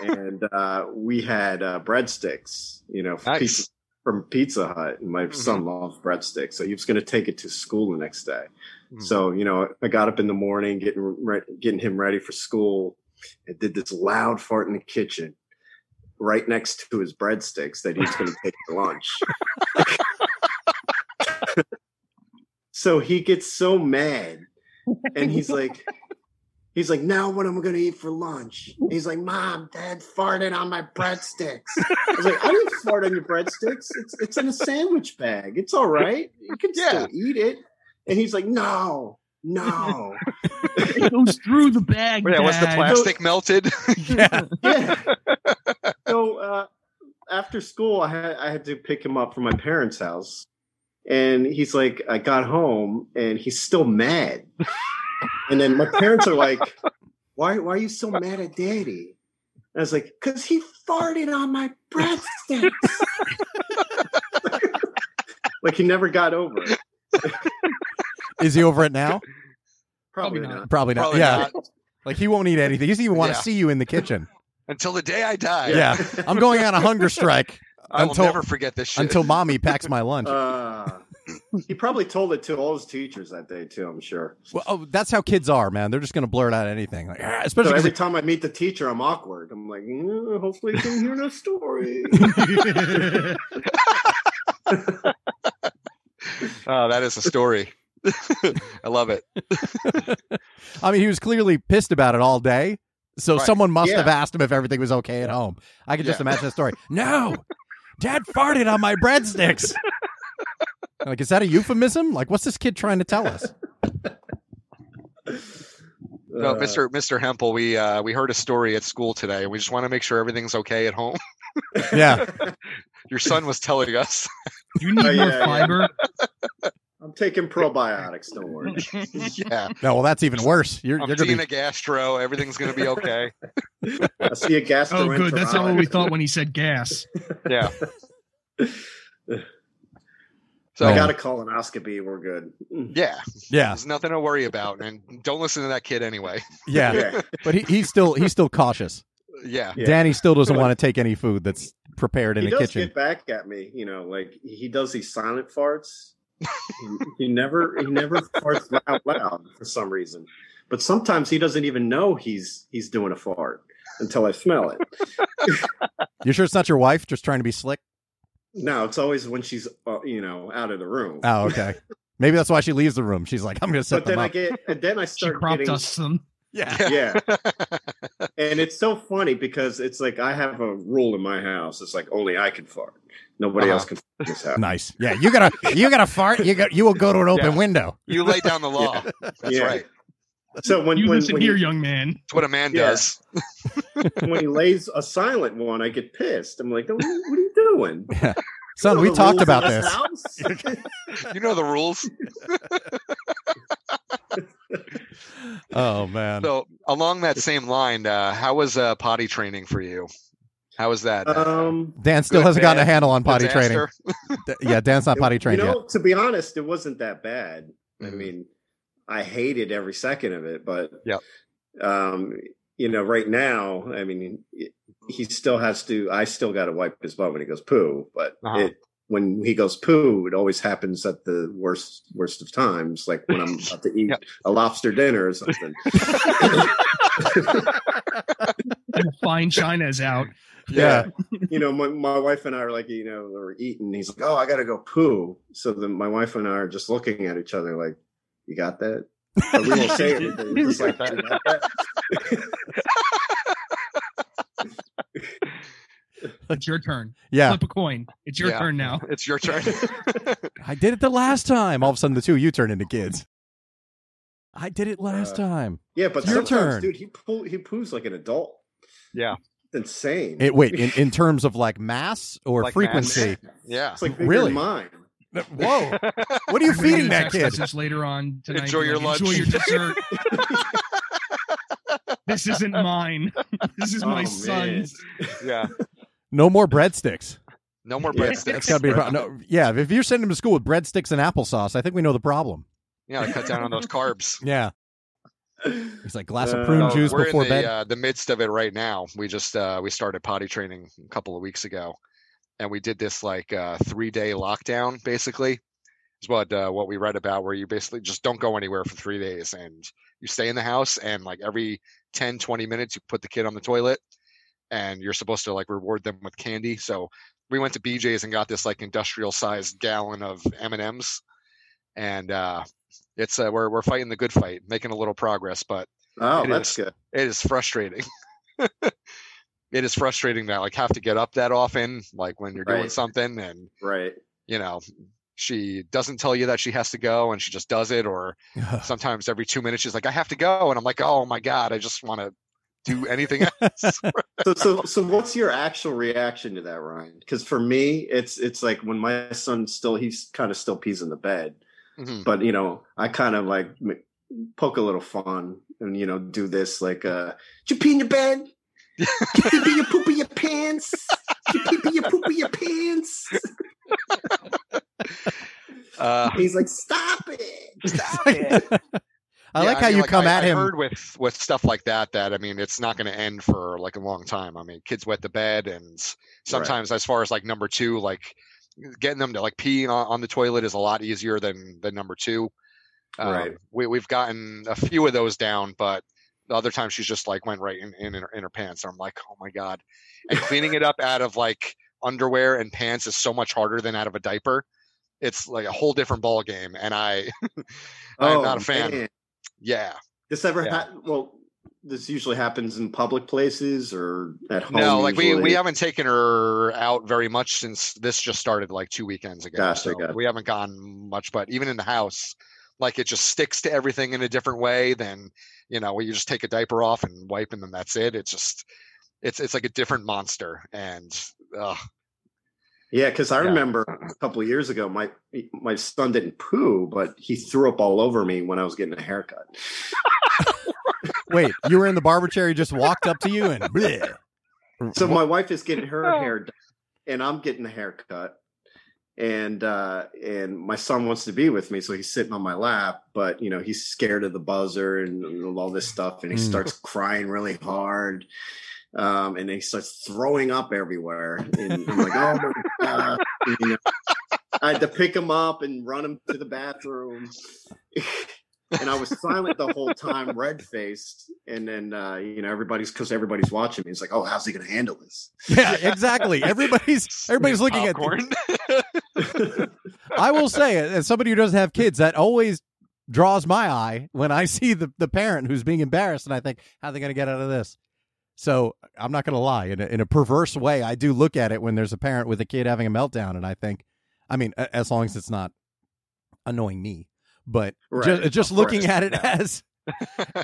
and uh, we had uh, breadsticks. You know,
Nice.
pizza, from Pizza Hut, and my son loves breadsticks, so he was going to take it to school the next day.
Mhm.
So you know, I got up in the morning, getting re- getting him ready for school, and did this loud fart in the kitchen, right next to his breadsticks that he was going to take for lunch. so he gets so mad, and he's like. He's like, now what am I going to eat for lunch? And he's like, Mom, Dad farted on my breadsticks. I was like, I didn't fart on your breadsticks. It's it's in a sandwich bag. It's all right. You can
Yeah.
still eat it. And he's like, No, no.
It goes through the bag.
Yeah, was the
Dad.
plastic melted?
Yeah.
Yeah. So so uh, after school, I had I had to pick him up from my parents' house, and he's like, I got home, and he's still mad. and then my parents are like, Why Why are you so mad at Daddy? And I was like, Because he farted on my breadsticks. like he never got over it.
Is he over it now?
Probably,
Probably not.
not.
Probably not.
Probably
yeah.
not.
Like he won't eat anything. He doesn't even want to
Yeah.
see you in the kitchen.
Until the day I die.
Yeah. I'm going on a hunger strike
I will
until-
never forget this shit.
until mommy packs my lunch.
Uh, he probably told it to all his teachers that day too. I'm sure.
well, oh, that's how kids are, man. They're just going to blurt out anything. Like, "Ah," especially
So
'cause
every
it-
time I meet the teacher, I'm awkward. I'm like, "Mm, hopefully, you can hear the story.
oh, that is a story. I love it.
I mean, he was clearly pissed about it all day. So
Right.
someone must
Yeah.
have asked him if everything was okay at home. I could just
Yeah.
imagine the story. No, dad farted on my breadsticks. like, is that a euphemism? Like, what's this kid trying to tell us?
No,
Uh,
Mr. Mr. Hempel, we uh, we heard a story at school today, and we just want to make sure everything's okay at home.
Yeah.
Your son was telling us.
you need
Oh,
more
yeah, yeah.
fiber.
I'm taking probiotics. Don't worry.
yeah,
No, well, that's even worse. You're, you're
I'm
going to
seeing
be.
a gastro. Everything's gonna be okay.
I see a
Oh,
gastroenterologist.
good. That's not what we thought when he said gas.
Yeah. So
I got a colonoscopy. We're good.
yeah,
Yeah.
there's nothing to worry about, and don't listen to that kid anyway.
Yeah.
Yeah.
But he, he's still he's still cautious.
Yeah,
Yeah.
Danny still doesn't want to take any food that's prepared in
He
the
does
kitchen.
get back at me. You know, like he does these silent farts. he, he never he never farts loud loud for some reason. But sometimes he doesn't even know he's he's doing a fart until I smell it.
You sure it's not your wife just trying to be slick?
No, it's always when she's uh, you know out of the room.
Oh, okay. Maybe that's why she leaves the room. She's like, I'm going to set
but
them
then I
up.
get and then I
She
start
cropped
getting
us some.
yeah.
yeah. and it's so funny because it's like I have a rule in my house. It's like only I can fart. Nobody
Uh-huh.
else can fart in this house.
Nice. Yeah. You gotta you gotta fart. You got you will go to an open
Yeah.
window.
you lay down the law. That's
Yeah.
right.
So when
You
when,
listen
when
here,
he,
young man.
That's what a man
Yeah.
does.
when he lays a silent one, I get pissed. I'm like, what are you what are you doing?
Son,
You
we
know the
talked
rules
about
of
this.
house?
You know the rules.
Oh man.
So along that same line, uh, how was uh, potty training for you? How was that?
um,
Dan still
Good,
hasn't gotten a
bad,
handle on potty training.
Disaster?
D- Yeah, Dan's not potty trained
you know,
yet.
to be honest, it wasn't that bad. I
Mhm.
mean, I hated every second of it, but
Yep.
um, you know, right now, I mean, he still has to. I still got to wipe his butt when he goes poo, but
Uh-huh.
it when he goes poo, it always happens at the worst worst of times, like when I'm about to eat
Yep.
a lobster dinner or something.
And the fine china is out.
Yeah.
you know, my, my wife and I are like, you know, we're eating. He's like, oh, I got to go poo. So then my wife and I are just looking at each other like, you got that? But we won't say anything. We're Just like, "You got that?"
It's your turn.
Yeah.
Flip a coin. It's your
Yeah.
turn now.
It's your turn.
I did it the last time. All of a sudden the two of you turn into kids. I did it last
Uh,
time.
yeah, but
Your
sometimes,
turn.
dude, he, poo- he poos like an adult.
Yeah.
Insane.
It, wait, in, in terms of like mass or
Like mass.
frequency?
yeah.
it's like bigger
really?
than mine.
Whoa. What are you
I'm gonna
feeding
get a
that
text
kid?
message later on tonight.
Enjoy your
like,
lunch."
Enjoy your dessert. this isn't mine. This is
Oh,
my
man.
son's.
Yeah.
No more breadsticks.
No more
Yeah.
breadsticks.
That's got to be a problem. No, yeah, if you're sending him to school with breadsticks and applesauce, I think we know the problem.
Yeah, cut down on those carbs.
Yeah. He's like glass of
Uh,
prune
no,
juice
We're
before
in the,
bed.
Uh, the midst of it right now. We just uh, we started potty training a couple of weeks ago, and we did this like uh, three day lockdown basically. Is what uh, what we read about where you basically just don't go anywhere for three days and you stay in the house and like every 10, 20 minutes you put the kid on the toilet and you're supposed to like reward them with candy. So we went to BJ's and got this like industrial sized gallon of M and M's, and uh, it's uh, we're we're fighting the good fight, making a little progress, but
Oh,
It
that's
is.
good.
it is frustrating. it is frustrating that like have to get up that often, like when you're doing
Right.
something, and
Right.
you know she doesn't tell you that she has to go, and she just does it. Or sometimes every two minutes she's like, "I have to go," and I'm like, "Oh my god, I just want to do anything else.
so, so, so what's your actual reaction to that, Ryan? Because for me, it's it's like when my son still he's kind of still pees in the bed,
Mhm.
but you know I kind of like m- poke a little fun and you know do this like uh, did you pee in your bed? Did you pee your poop in your pants? Did you pee your poop in your pants?
Uh,
He's like, stop it.
stop
I
Yeah,
like how
mean,
you come
I-
at
I've
him.
Heard with with stuff like that, that I mean, it's not going to end for like a long time. I mean, kids wet the bed, and s- sometimes as far as like number two, like getting them to like pee on, on the toilet is a lot easier than than number two. Um,
Right.
We we've gotten a few of those down, but the other time she's just like went right in in, her, in her pants, and I'm like, oh my god! And cleaning it up out of like underwear and pants is so much harder than out of a diaper. It's like a whole different ball game, and I, I'm not a fan.
Oh, man.
yeah.
This ever
Yeah.
hap Well, this usually happens in public places or at home.
No, like we,
usually?
we haven't taken her out very much since this just started like two weekends ago.
Gotcha,
so
gotcha.
we haven't gone much, but even in the house, like it just sticks to everything in a different way than you know, where you just take a diaper off and wipe and then that's it. It's just it's it's like a different monster. And uh,
Yeah, because I
Yeah.
remember a couple of years ago, my my son didn't poo, but he threw up all over me when I was getting a haircut.
Wait, you were in the barber chair. He just walked up to you and. Bleh.
So my wife is getting her hair done, and I'm getting a haircut, and uh, and my son wants to be with me, so he's sitting on my lap, but you know he's scared of the buzzer and, all this stuff, and he
Mm.
starts crying really hard, um, and then he starts throwing up everywhere, and I'm like, oh my god, you know, I had to pick him up and run him to the bathroom. and I was silent the whole time, red faced. And then, uh, you know, everybody's because everybody's watching me. It's like, oh, how's he going to handle this?
yeah, exactly. Everybody's everybody's looking at
popcorn.
I will say, as somebody who doesn't have kids, that always draws my eye when I see the, the parent who's being embarrassed, and I think, how are they going to get out of this? So I'm not going to lie. In a, in a perverse way, I do look at it when there's a parent with a kid having a meltdown, and I think, I mean, a- as long as it's not annoying me, but
Right,
ju- just,
of
looking
course,
at it as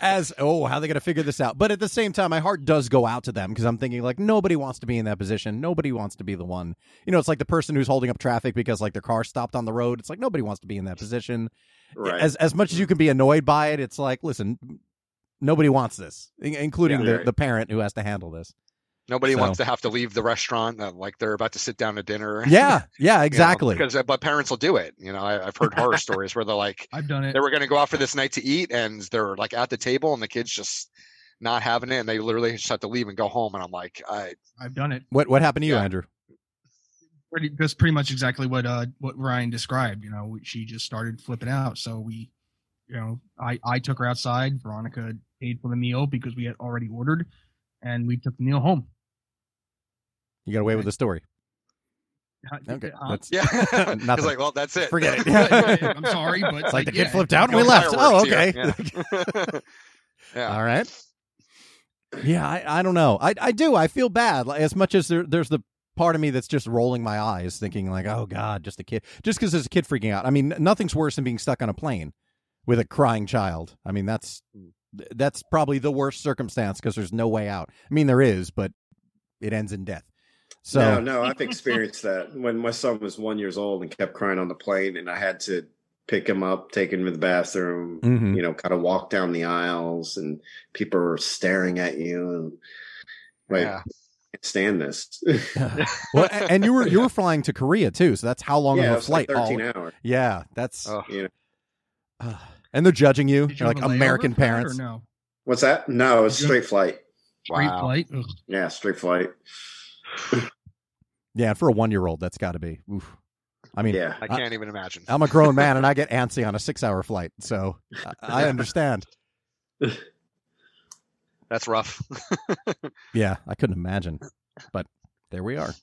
as oh how are they going to figure this out but at the same time my heart does go out to them because i'm thinking like nobody wants to be in that position nobody wants to be the one you know it's like the person who's holding up traffic because like their car stopped on the road it's like nobody wants to be in that position
Right.
as as much as you can be annoyed by it it's like listen nobody wants this in- including
Yeah,
the,
right.
the parent who has to handle this
Nobody
So-
wants to have to leave the restaurant uh, like they're about to sit down to dinner. you know,
yeah yeah exactly
because uh, but parents will do it. You know, I, I've heard horror stories where they're like
I've done it.
they were going to go out for this night to eat and they're like at the table and the kids just not having it and they literally just have to leave and go home and i'm like i
I've done it.
what what happened to you
Yeah.
andrew
Pretty, that's pretty much exactly what uh what Ryan described. You know, she just started flipping out. So we, you know, I I took her outside. Veronica paid for the meal because we had already ordered, and we took the meal home.
you got away with the story okay
Okay.
that's
yeah it's
Nothing.
like well that's it
Forget it.
uh, I'm sorry, but
it's like the kid
yeah,
flipped out and
no
we left oh
fireworks
okay
here. yeah, Yeah.
All right. Yeah, I, I don't know. I, I do. I feel bad. Like, as much as there, there's the part of me that's just rolling my eyes, thinking like, "Oh God, just a kid." Just because there's a kid freaking out. I mean, nothing's worse than being stuck on a plane with a crying child. I mean, that's
Mm.
th- that's probably the worst circumstance because there's no way out. I mean, there is, but it ends in death. So
no, no, I've experienced that when my son was one years old and kept crying on the plane, and I had to pick him up, take him to the bathroom,
Mhm.
you know, kind of walk down the aisles, and people are staring at you, and like,
yeah.
can't stand this.
well, a- and you were you were flying to Korea too, so that's how long
yeah,
of
it
a
was like
flight? all-
thirteen hours.
yeah, that's.
Oh.
You know.
Ah. and they're judging you.
Did you
They're like
have a layover
American
for that
parents.
Or no,
What's that? No, it's
Yeah.
straight flight.
Straight
Wow.
flight? Ugh.
Yeah, straight flight.
Yeah, for a one year old, that's got to be. Oof. I mean,
Yeah.
i can't even imagine
I'm a grown man and I get antsy on a six hour flight, so I, I understand.
that's rough
Yeah, I couldn't imagine, but there we are.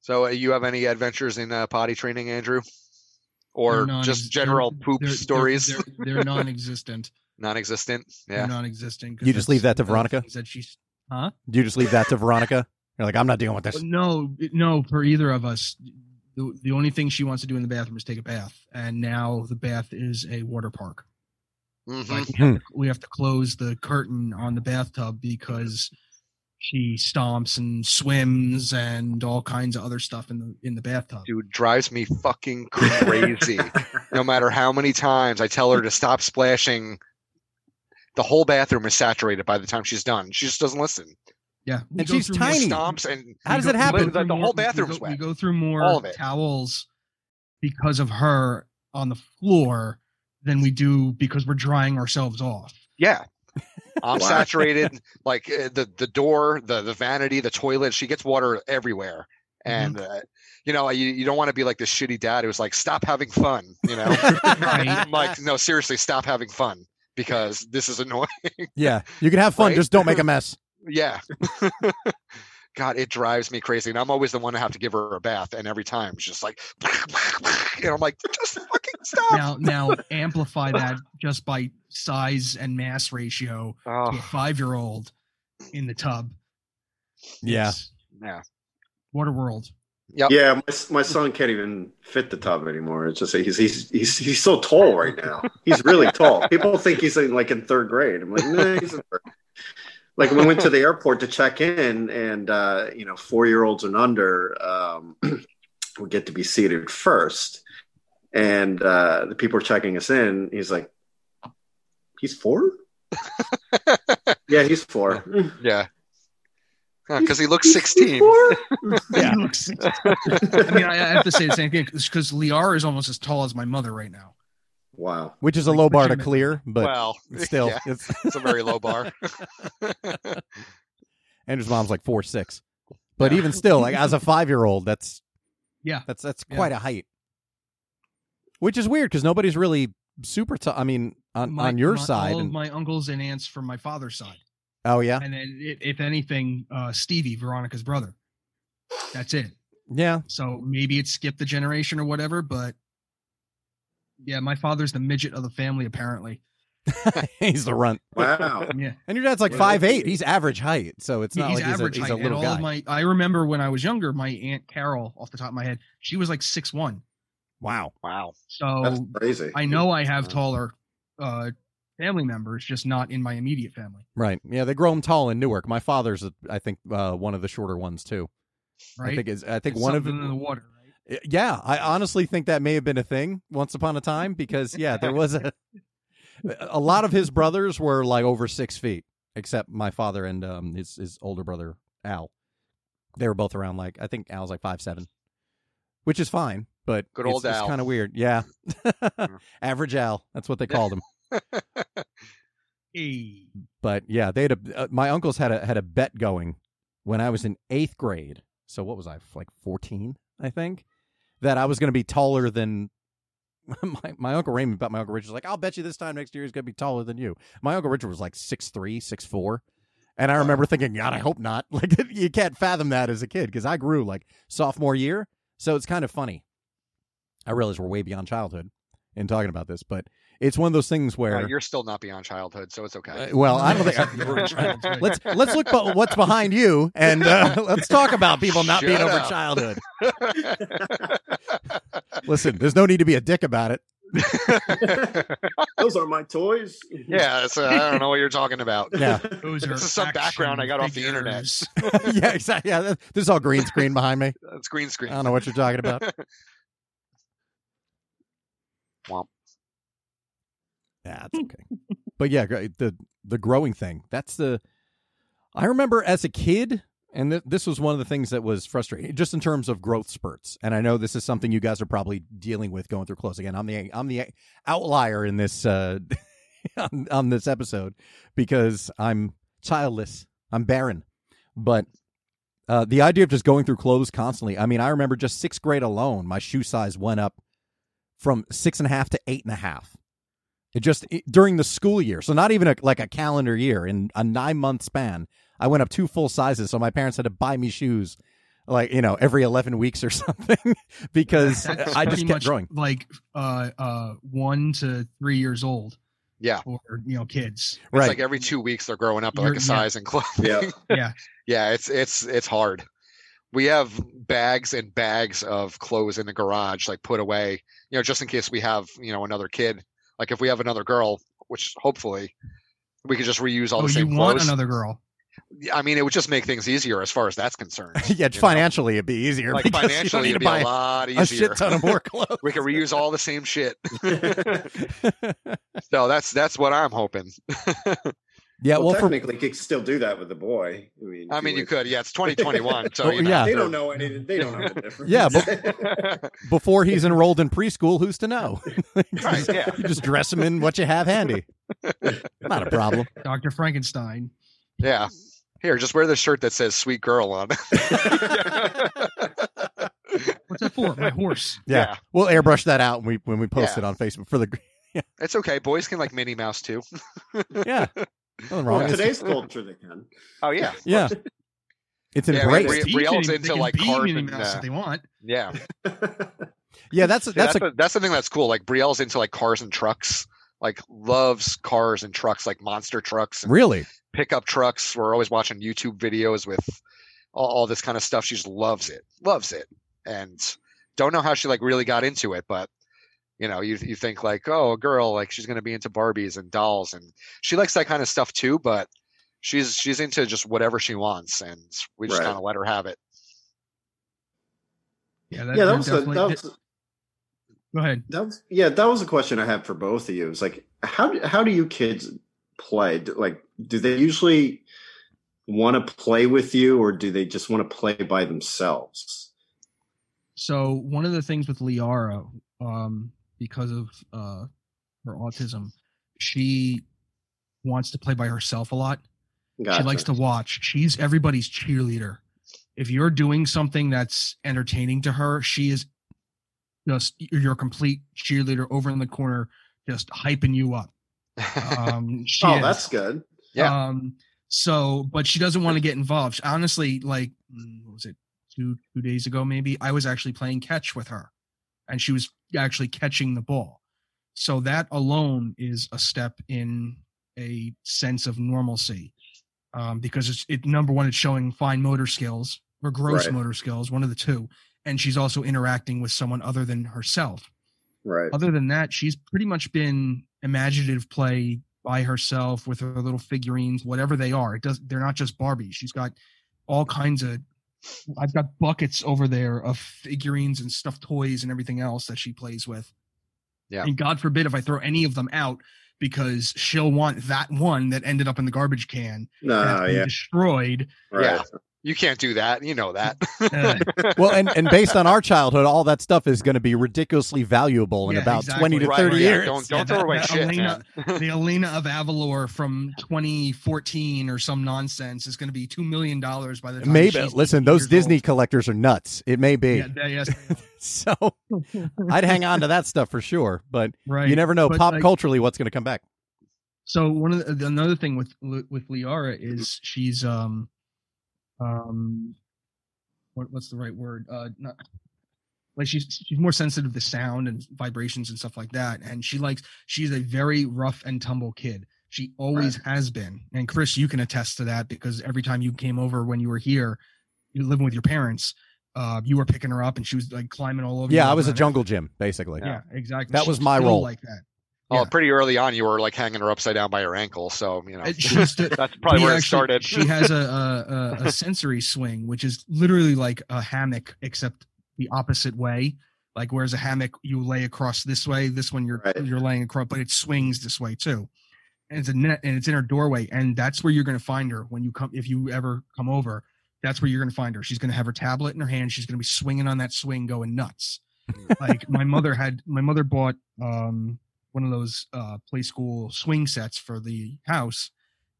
so uh, you have any adventures in uh, potty training andrew or
They're non-
just
they're-
general poop
they're- they're-
stories
They're, they're non-existent.
non-existent
They're
yeah
non-existent. 'cause
You just
that's
leave that to
one of the
Veronica?
things That she's
Do you just leave that to Veronica? You're like, I'm not dealing with
Well,
this.
no, no, for either of us. The, the only thing she wants to do in the bathroom is take a bath, and now the bath is a water park.
Mhm.
we have to close the curtain on the bathtub because she stomps and swims and all kinds of other stuff in the in the bathtub.
Dude drives me fucking crazy. no matter how many times I tell her to stop splashing, the whole bathroom is saturated by the time she's done. She just doesn't listen.
Yeah, we
And
go
she's
through
She
more
tiny.
stuff.
stomps and
How
We
does
go-
it happen?
we go
The-
through
the whole
more- we go-
bathroom's
We
wet.
go through more
All of it.
towels because of her on the floor than we do because we're drying ourselves off.
yeah. I'm
Wow.
saturated. Like uh, the the door, the the vanity, the toilet. She gets water everywhere, and uh, you know you, you don't want to be like this shitty dad who's like, stop having fun. You know,
Right.
I'm like, no, seriously, stop having fun because this is annoying.
yeah, you can have fun,
Right?
just don't make a mess.
Yeah. God, it drives me crazy. And I'm always the one to have to give her a bath. And every time she's just like, and I'm like, just fucking stop.
Now, now amplify that just by size and mass ratio to a
Oh,
five year old in the tub.
Yeah,
yeah.
Water World.
Yeah, my, my son can't even fit the tub anymore. It's just he's he's he's he's so tall right now. He's really tall. People think he's in, like in third grade. I'm like, nah, he's in third. grade." Like when we went to the airport to check in, and uh, you know, four year olds and under um, would get to be seated first, and uh, the people are checking us in. He's like, he's four. yeah, he's four.
Yeah. Because he looks
He's- he's
16.
four?
Yeah.
He looks- I mean, I, I have to say the same thing because Liara is almost as tall as my mother right now.
Wow.
which is a low bar to
legitimate-
clear, but
well,
still,
yeah,
it's,
it's a very low bar.
Andrew's mom's like four six, but even still, like as a five year old, that's
Yeah.
that's that's
Yeah.
quite a height, which is weird because nobody's really super. T- I mean, on
My-
on your
my-
side,
all of
and,
my uncles and aunts from my father's side,
oh yeah,
and then i- if anything, uh, Stevie, Veronica's brother. That's it.
yeah,
So maybe it skipped the generation or whatever, but yeah, my father's the midget of the family apparently.
he's the runt.
Wow.
Yeah,
And your dad's like
Yeah.
five eight. He's average height, so it's
He-
not
he's
like he's a,
average
he's a
height. and
little
all
guy.
of my, I remember when I was younger, my aunt Carol, off the top of my head, she was like six one.
Wow.
wow.
That's
So
crazy.
I know I have
Uh-huh.
taller uh, family members, just not in my immediate family.
Right. Yeah, they grow them tall in Newark. My father's, I think, uh, one of the shorter ones too.
Right?
I think is I think
It's
one of
something in the water. Right?
Uh, yeah. I honestly think that may have been a thing once upon a time because yeah, there was a a lot of his brothers were like over six feet, except my father and um his his older brother Al. They were both around like I think Al's like five seven, which is fine, but
Good
it's-
old
it's,
Al. Mm.
kind of weird. Yeah, average Al. That's what they called him.
Hey,
but yeah, they had a, uh, my uncles had a had a bet going when I was in eighth grade. So what was I like fourteen? I think that I was going to be taller than my my uncle Raymond. But my uncle Richard was like, "I'll bet you this time next year he's going to be taller than you." My uncle Richard was like six three, six four, and I remember thinking, "God, I hope not." Like you can't fathom that as a kid because I grew like sophomore year, so it's kind of funny. I realize we're way beyond childhood in talking about this, but it's one of those things where
Uh, you're still not beyond childhood, so it's okay.
uh, well, I don't
Yeah,
think.
that's right.
let's let's look at what's behind you, and uh, let's talk about people not being
Shut
over
up.
childhood. Listen, there's no need to be a dick about it.
Those are my toys.
yeah, so I don't know what you're talking about.
Yeah,
those are
This is some
action
background I got off the internet.
figures.
yeah, exactly. Yeah, that- this is all green screen behind me.
It's green
I
screen.
don't know what you're talking about.
Womp.
Nah, it's okay. But yeah, gr- the the growing thing. That's the. I remember as a kid, and th- this was one of the things that was frustrating, just in terms of growth spurts. And I know this is something you guys are probably dealing with going through close again. I'm the I'm the outlier in this uh, on, on this episode because I'm childless. I'm barren, but. Uh, the idea of just going through clothes constantly. I mean, I remember just sixth grade alone, my shoe size went up from six and a half to eight and a half. It just it, during the school year, so not even a, like a calendar year in a nine month span, I went up two full sizes. So my parents had to buy me shoes, like you know, every eleven weeks or something, because
That's
I
pretty
just kept
much
growing.
Like uh, uh, one to three years old,
Yeah.
or you know, kids.
It's
Right?
like every two weeks they're growing up like
You're-
a
yeah.
size and clothing.
Yeah.
Yeah.
yeah, it's it's it's hard. We have bags and bags of clothes in the garage, like put away, you know, just in case we have, you know, another kid. Like if we have another girl, which hopefully we could just reuse all
oh,
the
you
same
want
clothes.
another girl?
I mean, it would just make things easier as far as that's concerned.
yeah,
you know?
financially it'd be easier.
Like
because you don't
financially,
need
it'd
to
be
buy
a lot
a
easier.
shit ton of more clothes.
we could reuse all the same shit.
yeah,
so that's that's what I'm hoping.
well,
well, for
technically, you could still do that with the boy. I mean,
I
if
mean, you
would-
could. Yeah, it's 2021. So
Well,
you know,
Oh, yeah.
They don't know anything. They don't know the difference.
Yeah,
but
before he's enrolled in preschool, who's to know?
Right, yeah.
You just dress him in what you have handy. Not a problem.
Dr. Frankenstein.
Yeah. Here, just wear the shirt that says "Sweet Girl" on it.
What's that for? My horse.
Yeah.
Yeah.
We'll airbrush that out when we when we post
Yeah.
it on Facebook for the
It's okay. Boys can like Minnie Mouse too.
Yeah. Nothing wrong.
well,
It's-
today's culture they can.
Oh yeah,
yeah. It's
Yeah, we-
embraced.
we-
Teach
Brielle's
it. They
into,
can
like,
be
carp
Minnie
and,
Mouse
uh,
if they want.
yeah. See,
yeah, that's
that's
that's,
the- that's the thing that's cool. Like Brielle's into like cars and trucks. Like loves cars and trucks, like monster trucks
a,
and
really
pickup trucks. We're always watching YouTube videos with all, all this kind of stuff. She just loves it, loves it, and don't know how she like really got into it, but you know, you you think like, oh, a girl, like she's gonna be into Barbies and dolls, and she likes that kind of stuff too. But she's she's into just whatever she wants, and we just
Right.
kind of let her have it.
Yeah,
yeah, that
they're
was, a,
definitely-
that was
Go ahead.
That was, yeah, that was a question I had for both of you. It's like how do- how do you kids play? Do- Like, do they usually want to play with you, or do they just want to play by themselves?
So one of the things with Liara, um, because of uh, her autism, she wants to play by herself a lot.
Gotcha.
She likes to watch. She's everybody's cheerleader. If you're doing something that's entertaining to her, she is just your complete cheerleader over in the corner, just hyping you up. Um, she
Oh,
is.
that's good.
Yeah.
Um, so, but she doesn't want to get involved. Honestly, like mm, what was it two two days ago? Maybe I was actually playing catch with her, and she was actually catching the ball. So that alone is a step in a sense of normalcy, um, because it's it number one, it's showing fine motor skills or gross
Right.
motor skills, one of the two, and she's also interacting with someone other than herself
Right.
other than that, she's pretty much been imaginative play by herself with her little figurines, whatever they are. It does they're not just Barbie. She's got all kinds of I've got buckets over there of figurines and stuffed toys and everything else that she plays with.
Yeah.
And God forbid if I throw any of them out because she'll want that one that ended up in the garbage can and has
No,
been
Uh, yeah.
destroyed.
Right.
Yeah. You can't do that. You know that.
Uh,
well, and, and based on our childhood, all that stuff is going to be ridiculously valuable in
Yeah,
about
exactly.
twenty to
Right,
thirty
yeah,
years.
Don't
Yeah,
don't throw
that-
away
that
shit.
Elena-
man.
the Elena of Avalor from 2014 or some nonsense is going to be two million dollars by the time
Maybe
she's
listen,
18
those
years
Disney
old.
collectors are nuts. It may be
Yeah, yeah, yes,
so. I'd hang on to that stuff for sure, but
right.
you never know
But,
pop
like-
culturally what's going to come back.
so one of the, another thing with with Liara is she's um um what, what's the right word uh not like she's she's more sensitive to sound and vibrations and stuff like that and she likes she's a very rough and tumble kid she always has been and chris you can attest to that because every time you came over when you were here you were living with your parents uh you were picking her up and she was like climbing all over you
Yeah,
and
I was a
running.
jungle gym basically.
yeah exactly
That
She's
was my
still
role.
like that
Well,
Yeah.
pretty early on, you were like hanging her upside down by her ankle. So you know
And she still
that's probably
We
where
actually-
it started.
she has a, a, a, a sensory swing, which is literally like a hammock, except the opposite way. Like whereas a hammock you lay across this way, this one you're
Right.
you're laying across, but it swings this way too. And it's a net, and it's in her doorway, and that's where you're going to find her when you come if you ever come over. That's where you're going to find her. She's going to have her tablet in her hand. She's going to be swinging on that swing, going nuts. like my mother had, my mother bought um, one of those uh, play school swing sets for the house,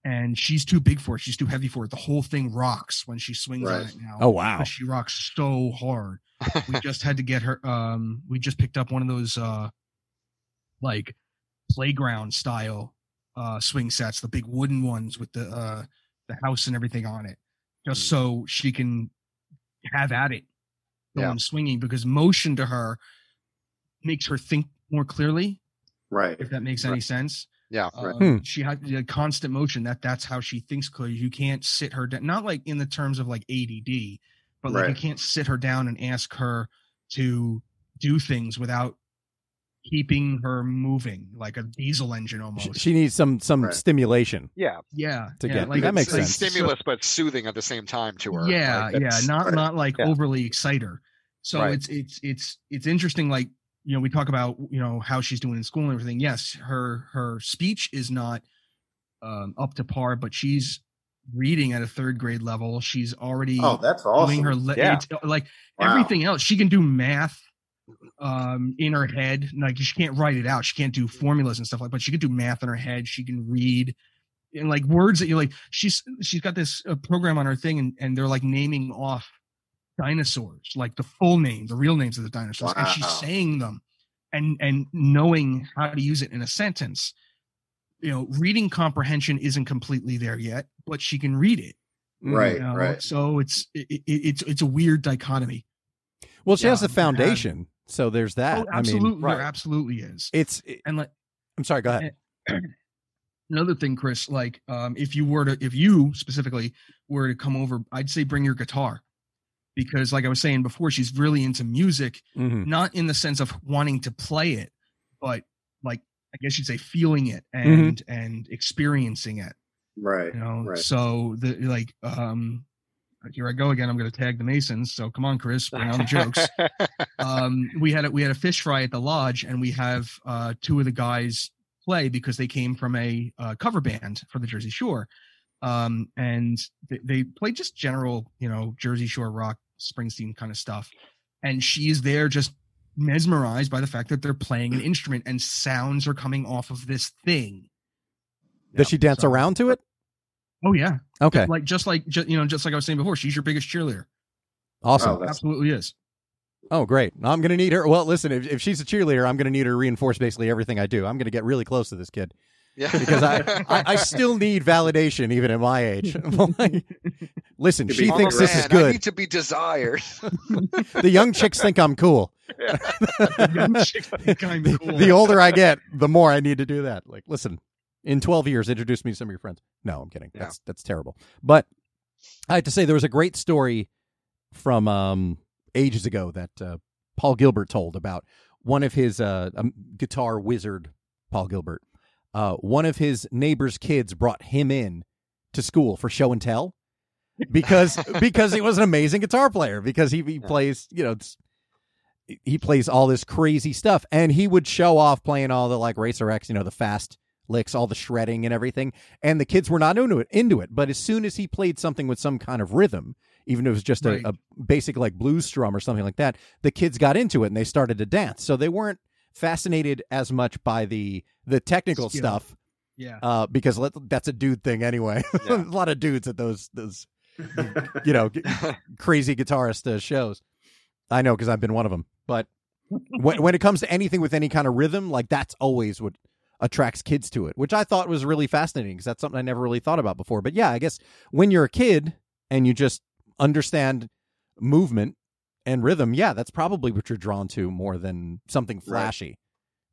and she's too big for it. She's too heavy for it. The whole thing rocks when she swings on
Right.
it now.
Oh wow.
But she rocks so hard. We just had to get her. Um, we just picked up one of those uh, like playground style uh swing sets, the big wooden ones with the uh the house and everything on it, just so she can have at it
Yeah.
going swinging because motion to her makes her think more clearly
Right.
if that makes any sense.
Yeah.
Right.
Um,
Hmm.
She had you know, constant motion. That that's how she thinks. Clearly, you can't sit her down. Not like in the terms of like ADD, but like you
Right.
can't sit her down and ask her to do things without keeping her moving like a diesel engine almost.
Sh- She needs some some
Right.
stimulation.
Yeah,
yeah,
to
yeah,
get- that
it's
makes
like
sense.
stimulus but soothing at the same time to her.
Yeah,
Like,
yeah,
that's-
not not like
Yeah.
overly exciter. So
Right.
it's it's it's it's interesting. Like you know, we talk about you know how she's doing in school and everything. Yes, her her speech is not um, up to par, but she's reading at a third grade level. She's already
Oh, that's
doing
awesome.
her le-
Yeah.
it's, uh, like
Wow.
everything else. She can do math um in her head like she can't write it out she can't do formulas and stuff like but she can do math in her head she can read and like words that you're like she's she's got this uh, program on her thing and, and they're like naming off dinosaurs like the full name the real names of the dinosaurs and she's
Wow.
saying them and and knowing how to use it in a sentence you know reading comprehension isn't completely there yet but she can read it
Mhm.
Right.
you know?
right.
so it's it, it, it's it's a weird dichotomy
Well, she
Yeah,
has the
man.
foundation, so there's that.
oh,
I
absolutely
mean,
there absolutely is
it's.
and like
I'm sorry. Go ahead.
another thing chris like um if you were to if you specifically were to come over i'd say bring your guitar because like i was saying before she's really into music
Mhm.
not in the sense of wanting to play it but like i guess you'd say feeling it and and experiencing it
Right.
you know
Right.
so the like um here i go again i'm going to tag the masons so come on chris bring on the jokes um, we had a, we had a fish fry at the lodge, and we have uh, two of the guys play because they came from a uh, cover band for the Jersey Shore, um, and they, they play just general, you know, Jersey Shore rock, Springsteen kind of stuff. And she is there just mesmerized by the fact that they're playing an instrument and sounds are coming off of this thing.
Does she dance
so-
around to it?
Oh yeah,
Okay.
like just like ju- you know, just like I was saying before, she's your biggest cheerleader.
Awesome.
Oh, that's-
Absolutely is.
Oh, great. I'm going to need her. Well, listen, if, if she's a cheerleader, I'm going to need her to reinforce basically everything I do. I'm going to get really close to this kid
yeah,
because I, I, I still need validation even at my age. Like, listen,
Could
she
be
I'm a
thinks this
man,
is
I
good.
need to be desired.
The young chicks think I'm cool.
Young chicks think I'm
The-
cool.
The older I get, the more I need to do that. Like, listen, in 12 years, introduce me to some of your friends. No, I'm kidding.
Yeah.
That's that's terrible. But I have to say, there was a great story from um, ages ago that uh, Paul Gilbert told about one of his uh, um, guitar wizard, Paul Gilbert. Uh, one of his neighbor's kids brought him in to school for show and tell because because he was an amazing guitar player because he, he
Yeah.
plays you know it's, he plays all this crazy stuff and he would show off playing all the like racer x you know the fast licks all the shredding and everything and the kids were not into it into it but as soon as he played something with some kind of rhythm even if it was just
Right.
a, a basic like blues strum or something like that the kids got into it and they started to dance so they weren't fascinated as much by the the technical
Skill.
stuff
yeah.
uh, because let, that's a dude thing anyway. a
Yeah.
lot of dudes at those those you know g- crazy guitarist uh, shows. I know because I've been one of them. But when when it comes to anything with any kind of rhythm, like that's always what attracts kids to it, which I thought was really fascinating because that's something I never really thought about before. But yeah, I guess when you're a kid and you just understand movement and rhythm, yeah, that's probably what you're drawn to more than something flashy.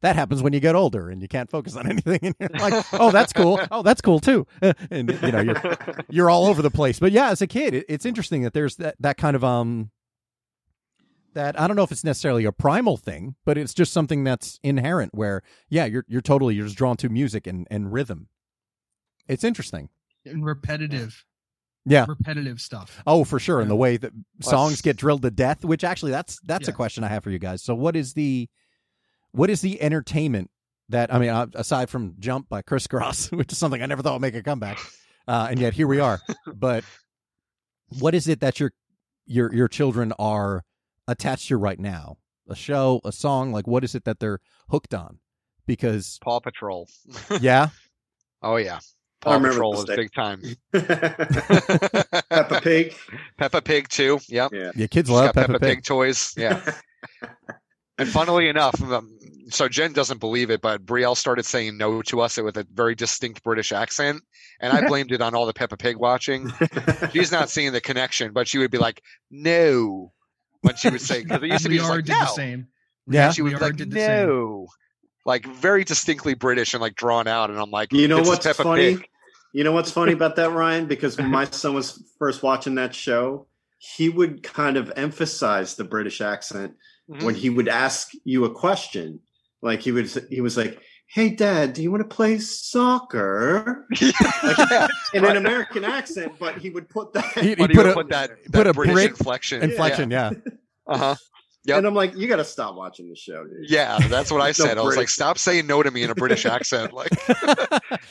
That happens when you get older and you can't focus on anything. And you're like, oh, that's cool. Oh, that's cool too. And you know, you're you're all over the place. But yeah, as a kid, it, it's interesting that there's that that kind of um that I don't know if it's necessarily a primal thing, but it's just something that's inherent. Where yeah, you're you're totally you're just drawn to music and and rhythm. It's interesting.
and repetitive.
Yeah.
Repetitive stuff.
Oh, for sure. And the way that
Plus-
songs get drilled to death, which actually that's that's a
Yeah.
question I have for you guys. So what is the what is the entertainment that I mean uh, aside from Jump by Chris Cross, which is something I never thought would make a comeback, uh, and yet here we are. But what is it that your your your children are attached to right now? A show, a song, like what is it that they're hooked on? Because
Paw Patrol.
yeah,
Oh yeah,
I
Paw
remember
Patrol
this
is
day.
big time.
Peppa Pig.
Peppa Pig too. Yep.
Yeah.
your kids
She's
love
got
Peppa, Pig.
toys. Yeah. and funnily enough, um, so Jen doesn't believe it, but Brielle started saying no to us with a very distinct British accent, and I blamed it on all the Peppa Pig watching. She's not seeing the connection, but she would be like, "No," when she would say because it used to be
Liara
just like,
did the
"No,"
same.
Yeah.
she would be
Liara
like,
did the same.
"No," like very distinctly British and like drawn out, and I'm like,
You know
"This is
what's
Peppa
funny?
Pig."
You know what's funny about that, Ryan? Because when my son was first watching that show, he would kind of emphasize the British accent
Mm-hmm.
Mhm.
when he would ask you a question. Like he would, he was like, "Hey, Dad, do you want to play soccer?"
yeah,
In an American accent, but he would put that.
He- he
but he
put
would
a-
put that, that
put a
British
brick
inflection.
Inflection, yeah.
Uh huh. Yep.
And I'm like, "You got to stop watching the show, dude."
Yeah, that's what I
No
said. I was like,
British.
stop saying no to me in a British accent. Like,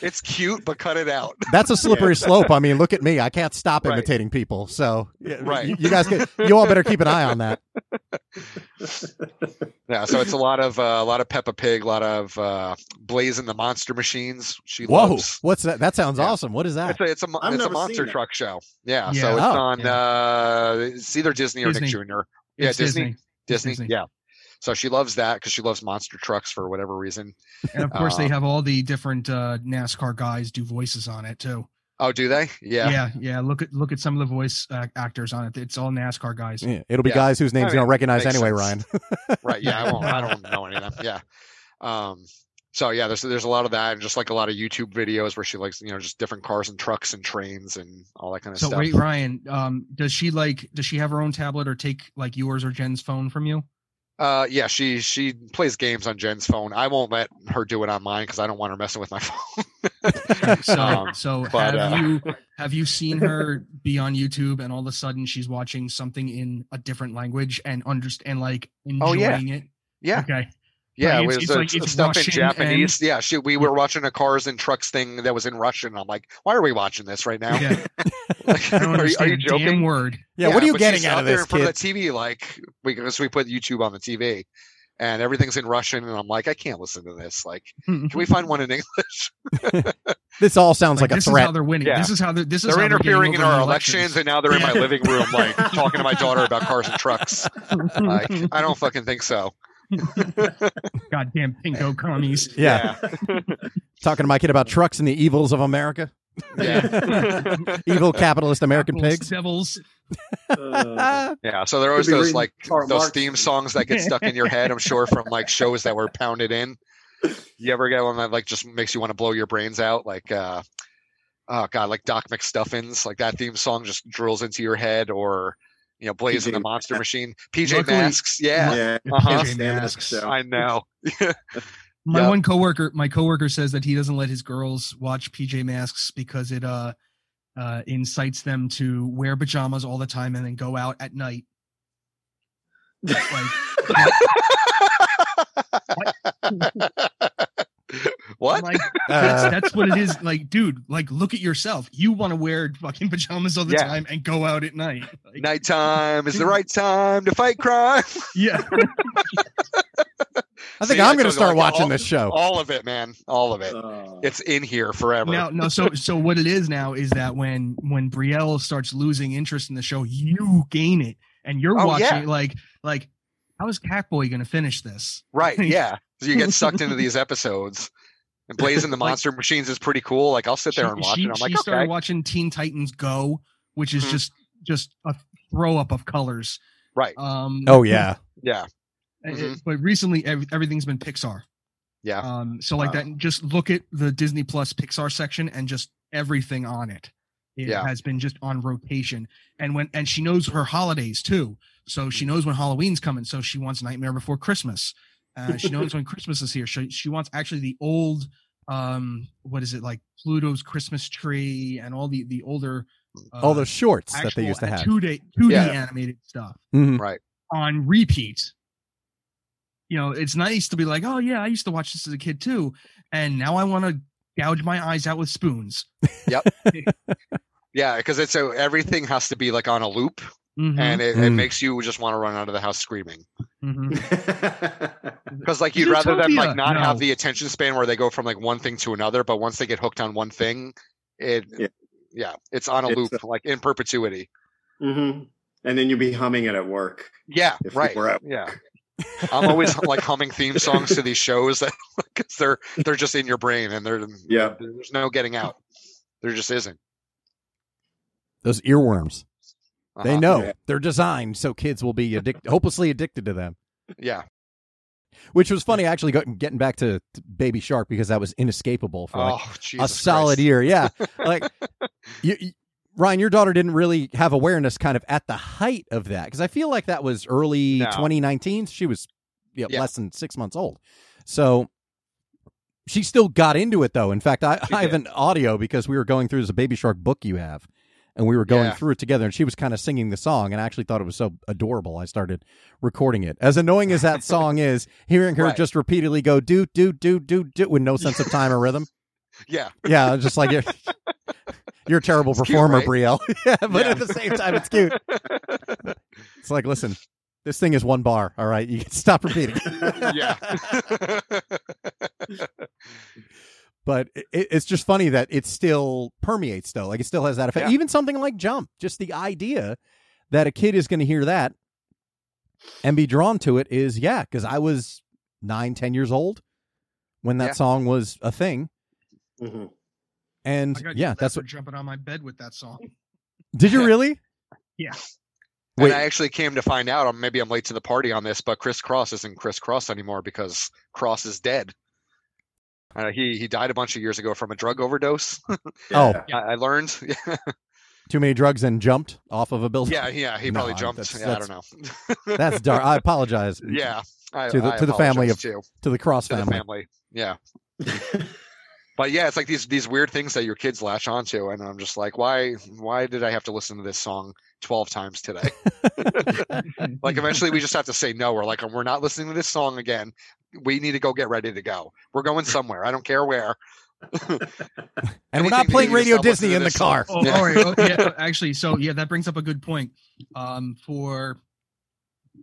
it's cute, but cut it out.
That's a slippery slope. I mean, look at me. I can't stop
Right.
imitating people. So, yeah,
Right.
You, you guys, get, you all better keep an eye on that.
Yeah, so it's a lot of uh, a lot of Peppa Pig, a lot of uh, Blazing the Monster Machines. She
Whoa,
loves.
what's that? That sounds
Yeah.
awesome. What is that?
It's a it's a, mo-
I've
it's a
never seen
monster
that.
truck show. Yeah,
Yeah.
so it's
Oh.
on.
Yeah.
Uh, it's either Disney or
Disney.
Nick Jr. Yeah,
It's
Disney.
It's
Disney.
Disney.
Yeah. So she loves that because she loves monster trucks for whatever reason.
And of course,
Uh,
they have all the different uh, NASCAR guys do voices on it too.
Oh, do they? Yeah.
Yeah, yeah. Look at look at some of the voice uh, actors on it. It's all NASCAR guys.
Yeah, it'll be
Yeah.
guys whose names
I
you
mean,
don't recognize
makes
anyway,
sense.
Ryan.
Right. Yeah. I won't. I don't know any of them. Yeah. Um. So yeah, there's there's a lot of that, and just like a lot of YouTube videos where she likes you know just different cars and trucks and trains and all that kind of
So
stuff.
wait, Ryan, um, does she like does she have her own tablet or take like yours or Jen's phone from you?
Uh, yeah, she she plays games on Jen's phone. I won't let her do it on mine because I don't want her messing with my phone.
So
Um,
so
but,
have
uh,
you have you seen her be on YouTube and all of a sudden she's watching something in a different language and understand like enjoying
Oh, yeah.
it?
Yeah,
Okay.
yeah,
Right,
it
it's-
was
it's
uh,
like it's
stuff in
Russian
Japanese. Yeah, she, we were watching a cars and trucks thing that was in Russian. I'm like, why are we watching this right now?
Yeah.
Like,
I don't
are, you, are
understand
you
a damn
joking?
word.
Yeah, what are you
but
getting
she's
out
out
of
there
this,
in front
kid?
of the TV? Like because we put YouTube on the TV, and everything's in Russian, and I'm like, I can't listen to this. Like,
Hmm.
can we find one in English?
This all sounds like, a
this is how
threat.
they're winning.
Yeah.
This is how they're, this is
they're
how getting
interfering in
over
our
the
elections, and now they're in my
Yeah.
living room, like talking to my daughter about cars and trucks. Like, I don't fucking think so.
Goddamn pinko commies.
Yeah. Talking to my kid about trucks and the evils of America,
Yeah.
evil capitalist American
Apples,
pigs. Ah,
Devils.
Uh,
yeah. So there are always
Could be
those
reading
like
Karl
those
Marx.
theme songs that get stuck in your head, I'm sure, from like shows that were pounded in. You ever get one that like just makes you want to blow your brains out? Like uh oh god, like Doc McStuffins, like that theme song just drills into your head or you know, Blazing the
PJ
Monster Machine. PJ
Luckily-
Masks, yeah.
yeah,
Uh-huh.
PJ
Stand
Masks.
up show.
I know.
My
Yeah.
one coworker, my coworker says that he doesn't let his girls watch PJ Masks because it uh uh incites them to wear pajamas all the time and then go out at night.
what?
I'm like that's,
Uh,
that's what it is. Like, dude, like look at yourself. You want to wear fucking pajamas all the
Yeah.
time and go out at night. Like,
Nighttime is the right time to fight crime.
yeah.
I think
See,
I'm going
that
to
goes
start
on, like,
watching
all-
this show.
All of it, man. All of it.
Oh. Uh,
It's in here forever.
Now, no. So, so what it is now is that when when Brielle starts losing interest in the show, you gain it, and you're
Oh,
watching
yeah.
it like like how is Catboy going to finish this?
Right. Yeah. So you get sucked into these episodes. And Blazing the
Like-
Monster Machines is pretty cool. Like I'll sit there and watch
she,
it. I'm
she
like,
started
okay.
watching Teen Titans Go, which is
Mhm.
just just a throw up of colors.
Right.
Um,
Oh yeah,
Yeah.
uh,
Mhm.
But recently, ev- everything's been Pixar.
Yeah.
Um, so like
Wow.
that, just look at the Disney Plus Pixar section and just everything on it. It
Yeah.
has been just on rotation, and when and she knows her holidays too, so
Mm-hmm.
she knows when Halloween's coming. So she wants Nightmare Before Christmas. Uh, she knows when Christmas is here. She she wants actually the old, um, what is it like Pluto's Christmas tree and all the the older, uh,
all those shorts that
actual
they used to have.
two day two D
Yeah.
animated stuff
Mhm.
on repeat. You know, it's nice to be like, oh yeah, I used to watch this as a kid too, and now I want to gouge my eyes out with spoons.
Yeah. Because it's so everything has to be like on a loop
Mhm,
and it, it
Mm.
makes you just want to run out of the house screaming.
mhm.
Uh.
Because like you'd rather them like
Zootopia.
not have
No.
the attention span where they go from like one thing to another, but once they get hooked on one thing, it yeah,
Yeah.
it's on a
It's,
loop, like in perpetuity.
hmm And then you'll be humming it at work.
Yeah,
If we
right.
were at-
Yeah. I'm always like humming theme songs to these shows that because they're they're just in your brain and they're
Yeah.
there's no getting out. There just isn't.
Those earworms. They
Uh-huh.
know
Yeah.
they're designed so kids will be addic- hopelessly addicted to them.
Yeah.
Which was funny, actually, go- getting back to, to Baby Shark because that was inescapable for like,
Oh, Jesus
a solid
Christ.
year. Yeah, like you, you- Ryan, your daughter didn't really have awareness kind of at the height of that because I feel like that was early
No.
2019. She was yeah,
Yeah.
less than six months old, So she still got into it though. In fact, I,
She
I have
did.
an audio because we were going through this Baby Shark book you have, and we were going
Yeah.
through it together. And she was kind of singing the song, and I actually thought it was so adorable. I started recording it. As annoying as that song is, hearing her
Right.
just repeatedly go do do do do do with no sense of time or rhythm.
Yeah.
Yeah, I'm just like you're, you're a terrible
It's cute,
performer,
right?
Brielle. yeah, but
Yeah.
at the same time, it's cute. It's like, listen, this thing is one bar. All right, you can stop repeating.
yeah.
but it, it's just funny that it still permeates though like it still has that effect
Yeah.
even something like jump just the idea that a kid is going to hear that and be drawn to it is yeah because i was nine ten years old when that
Yeah.
song was a thing
hmm
and
I got
yeah
yelled at
that's
for
what
jumping on my bed with that song.
did you really Wait.
And I actually came to find out, um, maybe I'm late to the party on this, but Chris Cross isn't Chris Cross anymore because Cross is dead. Uh, he he died a bunch of years ago from a drug overdose.
Oh.
I, I learned.
too many drugs and jumped off of a building
Yeah, yeah, he
No,
probably
I-
jumped.
that's-
yeah, I don't know.
that's dark i apologize
yeah, I,
To the-
I
to the family
apologize
of-
too,
to the cross
to the
family
family. Yeah,
Oh.
but yeah, it's like these these weird things that your kids latch onto, and I'm just like, why why did I have to listen to this song 12 times today? like eventually we just have to say no. We're like, we're not listening to this song again. We need to go get ready to go. We're going somewhere. I don't care where.
and we're
Anything
not
to
playing
get
radio
you to stop
disney
listening to
in the
this song.
car
Oh,
Yeah.
all right. Oh, yeah, actually, so yeah, that brings up a good point. Um, for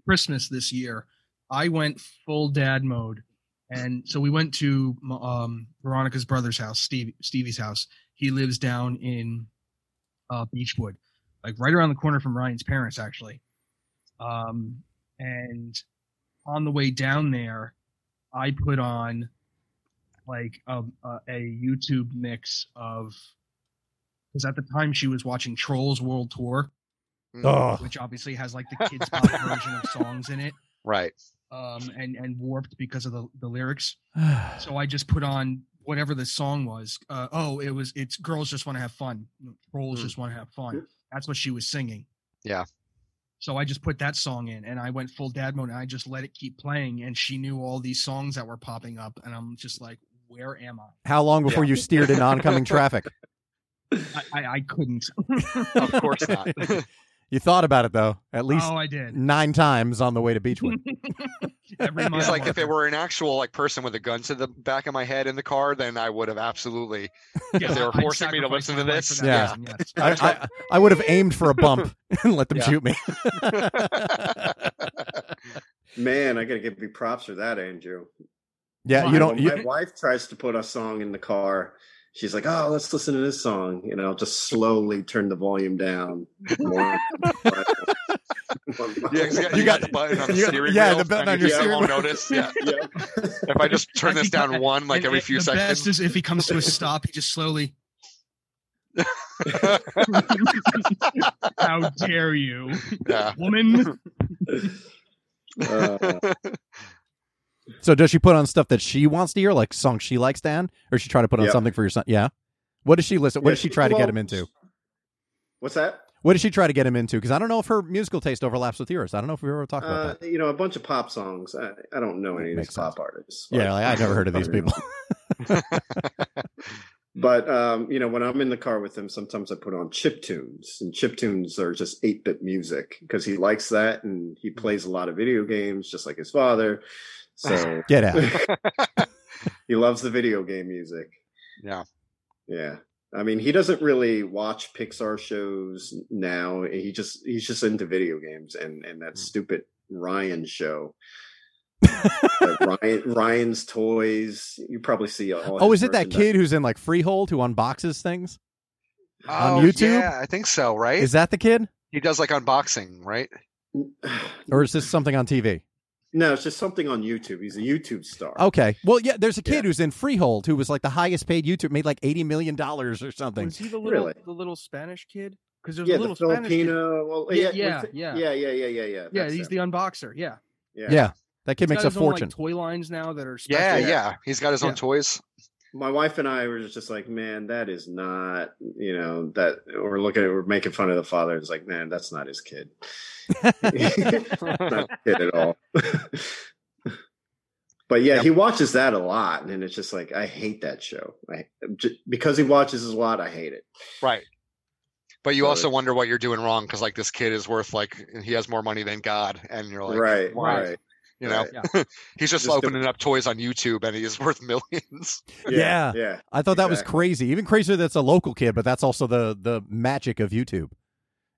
Christmas this year, I went full dad mode, and so we went to um, Veronica's brother's house, Steve, Stevie's house. He lives down in uh, Beechwood, like right around the corner from Ryan's parents, actually. Um, and on the way down there, I put on like a, a, a YouTube mix of because at the time she was watching Trolls World Tour,
Mm,
oh
which obviously has like the kids pop version of songs in it,
Right.
um, and and warped because of the, the lyrics. So I just put on whatever the song was. Uh, oh, it was it's girls just want to have fun. Trolls
Mm.
just want to have
Yeah.
fun. That's what she was singing.
Yeah.
So I just put that song in, and I went full dad mode, and I just let it keep playing, and she knew all these songs that were popping up, and I'm just like, where am I?
how long before
Yeah.
you steered in oncoming traffic
I, I, I couldn't.
Of course not.
you thought about it though at least
oh, I did.
nine times on the way to Beechwood.
Every mile
It's like if
marker.
it were an actual like person with a gun to the back of my head in the car, then I would have absolutely.
Yeah,
If they were
I'd
forcing me to
sacrifice
listen to
my life
this,
for that
yeah.
reason, yes.
I, I, I would have aimed for a bump and let them
Yeah.
shoot me.
Man, I gotta give you props for that, Andrew.
yeah,
Well,
you
I
don't.
When
You,
my wife tries to put a song in the car. She's like, "Oh, let's listen to this song," and I'll just slowly turn the volume down. More.
Yeah, 'cause
You
you
got-
got the button on the
you got-
steering
yeah,
wheel.
the button
I
on
guess
your
I
steering
won't
wheel.
notice. Yeah.
yeah.
If I just turn this down one, like
And
every
it-
few
the
seconds.
best is if he comes to a stop, he just slowly. How dare you,
yeah.
woman?
Uh,
so does she put on stuff that she wants to hear, like songs she likes, Dan, or she try to put on
Yeah.
something for your son? Yeah. What does she listen?
Yeah,
What does she
she-
try to get
well-
him into?
what's that?
What does she try to get him into? Because I don't know if her musical taste overlaps with yours. I don't know if we ever talked
Uh,
about
you know, a bunch of pop songs. I, I don't know any of these
Makes sense.
pop artists.
Yeah, like, I've never heard of these
I don't know.
Mm-hmm.
but um, you know, when I'm in the car with him, sometimes I put on chip tunes, and chip tunes are just eight bit music because he likes that, and
Mm-hmm.
he plays a lot of video games, just like his father. So
that. Get out.
he loves the video game music.
Yeah.
Yeah. I mean, he doesn't really watch Pixar shows now. He just he's just into video games and and
Mm.
that stupid Ryan show. The Ryan Ryan's toys. You probably see all.
Oh,
his
is it that
merchandise.
kid who's in like Freehold who unboxes things?
Oh,
YouTube?
Yeah, I think so, right?
Is that the kid,
he does like unboxing, right?
or is this something on TV?
No, it's just something on YouTube. He's a YouTube star.
Okay. Well, yeah. There's a kid
Yeah.
who's in Freehold who was like the highest paid YouTube, made like eighty million dollars or something.
Was he the little
Really?
the little Spanish kid? Because there's
yeah,
a little
the
Spanish kid.
Filipino. Well,
Yeah,
yeah,
yeah,
with-
yeah.
yeah, yeah, yeah, yeah, yeah.
Yeah,
that's
he's
him.
the unboxer. Yeah,
Yeah. That kid
He's
makes
got
a
his own, like,
fortune.
toy lines now that are special.
Yeah, yeah. He's got his own
Yeah.
toys.
my wife and I were just like, man, that is not, you know, that we're looking at, we're making fun of the father. It's like, man, that's not his kid. not his kid at all. But yeah,
Yep.
he watches that a lot, and it's just like I hate that show. I j- because he watches it a lot, I hate it.
Right. But you
So
also
it's-
wonder what you're doing wrong because like this kid is worth like he has more money than God, and you're like,
right,
why?
right.
You know,
right.
he's
Just
just,
the-
opening up toys on YouTube, and he's worth millions.
Yeah.
Yeah, yeah,
I thought that was
Exactly.
crazy. Even crazier that's a local kid, but that's also the the magic of YouTube.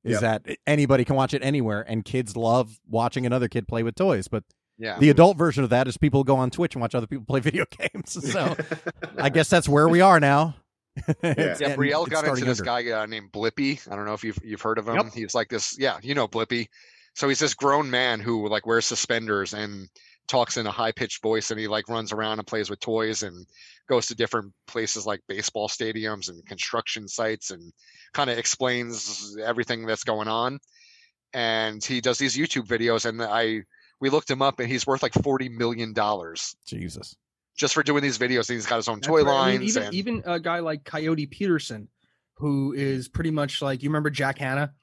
Is that anybody can watch it anywhere and kids love watching another kid play with toys, but
Yeah.
the adult version of that is people go on Twitch and watch other people play video games. So I guess that's where we are now. It's-
Yeah,
and
Brielle
it's
got into
starting
this
younger.
guy uh, named Blippy. I don't know if you've you've heard of him.
Yep.
He's like this, yeah, you know Blippy. So he's this grown man who like wears suspenders and talks in a high pitched voice, and he like runs around and plays with toys and goes to different places like baseball stadiums and construction sites and kind of explains everything that's going on. And he does these YouTube videos, and I we looked him up, and he's worth like forty million dollars
Jesus.
just for doing these videos. And he's got his own
That's
toy
right. I mean,
lines.
even
and,
even a guy like Coyote Peterson, who is pretty much like you remember Jack Hanna.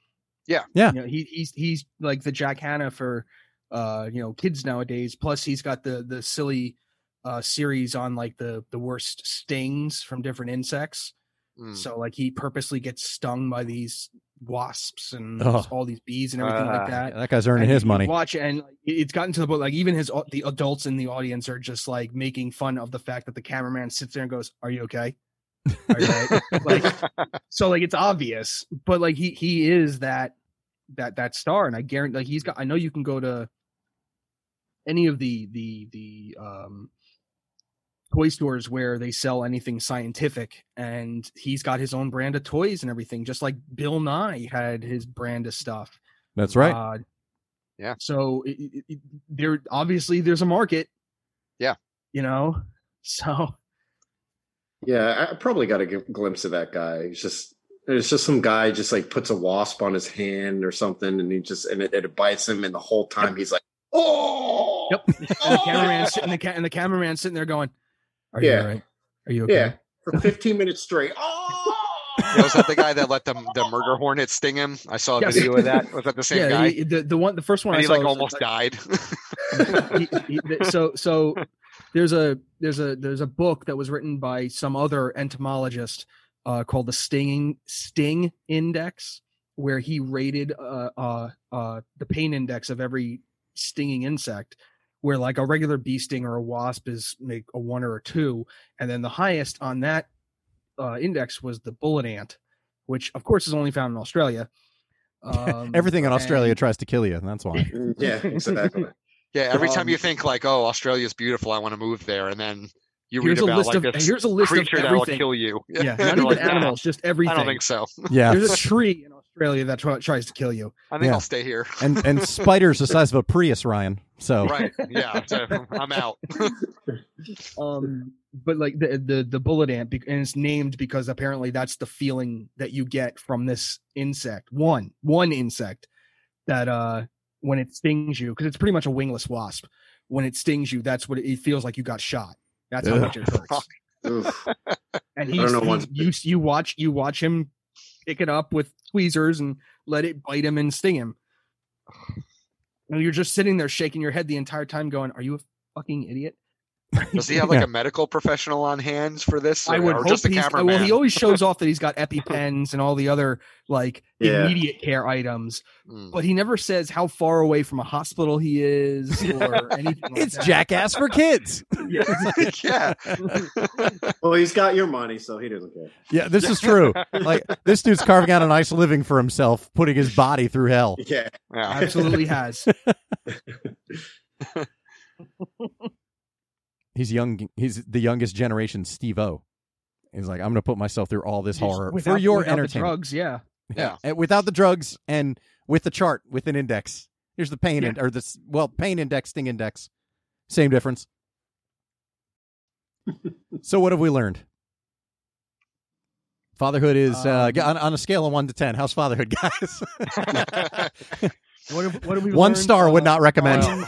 Yeah.
Yeah.
You know, he, he's he's like the Jack Hanna for uh you know kids nowadays. Plus he's got the the silly uh series on like the the worst stings from different insects.
Mm.
So like he purposely gets stung by these wasps and
Oh.
all these bees and everything
Ah,
like that.
That guy's earning
And
his
you
money.
Watch it, and like, it- it's gotten to the point like even his au- the adults in the audience are just like making fun of the fact that the cameraman sits there and goes, "Are you okay?" Are you all
mm.
right?" like, so like it's obvious, but like he he is that that that star, and I guarantee like he's got. I know you can go to any of the the the um toy stores where they sell anything scientific and he's got his own brand of toys and everything just like bill nye had his brand of stuff
That's right.
uh,
Yeah.
So it, it, it, there obviously there's a market.
Yeah.
You know, so
yeah. I I probably got a g- glimpse of that guy. He's just it's just some guy just like puts a wasp on his hand or something, and he just and it, it bites him, and the whole time he's like, oh,
Yep. and the cameraman sitting the ca- and the cameraman sitting there going, "Are you
Yeah.
all right? Are you okay?"
yeah, for fifteen minutes straight. Oh,
Yeah, was that the guy that let the the murder hornet sting him? I saw a
Yes.
video of that. Was that the same
Yeah,
guy?
he- the the one the first one
and
I
he
saw
like
was,
almost died.
he, he, th- so so there's a there's a there's a book that was written by some other entomologist uh, called the stinging sting index where he rated uh, uh, uh, the pain index of every stinging insect where like a regular bee sting or a wasp is like a one or a two and then the highest on that uh, index was the bullet ant which of course is only found in australia um,
Everything in Australia
and-
tries to kill you, and that's why.
yeah, exactly.
yeah, every time
Um,
you think like, oh, Australia's beautiful, I want to move there, and then you read
here's a
about
list
like
of
this
here's a list of
creature that will
everything
kill you.
yeah,
You're
not even
like, "Nah,
animals, just everything.
I don't think so.
Yeah.
There's a tree in Australia that try- tries to kill you.
I think
Yeah.
I'll stay here.
and and spiders the size of a Prius, Ryan. So
right? Yeah, so I'm out.
Um, but like the the the bullet ant, bec- and it's named because apparently that's the feeling that you get from this insect. One one insect that uh when it stings you, because it's pretty much a wingless wasp. When it stings you, that's what it, it feels like you got shot. That's how
Ugh.
much it hurts.
Oof.
And
I
he,
don't know
he
what's-
you you watch you watch him pick it up with tweezers and let it bite him and sting him. And you're just sitting there shaking your head the entire time, going, "Are you a fucking idiot?"
Does he have like
Yeah.
a medical professional on hand for this?
I
or-
would
or
hope
just a
he's. uh,
cameraman.
Well, he always shows off that he's got EpiPens and all the other like
Yeah.
immediate care items,
Mm.
but he never says how far away from a hospital he is or anything. Like
it's
that.
jackass for kids.
yeah,
Well, he's got your money, so he doesn't care.
Yeah, this is true. Like this dude's carving out a nice living for himself, putting his body through hell.
Yeah,
yeah.
Absolutely has.
He's young. He's the youngest generation Steve O. He's like, I'm going to put myself through all this horror for
Without-
your
without the
entertainment.
drugs, yeah.
Yeah.
And without the drugs and with the chart, with an index. Here's the pain in, or this well pain index, sting index, same difference. so what have we learned? Fatherhood is uh,
Um,
on, on a scale of one to ten. How's fatherhood, guys?
What, have- what have we
one
learned?
star would
Uh,
not recommend.
um,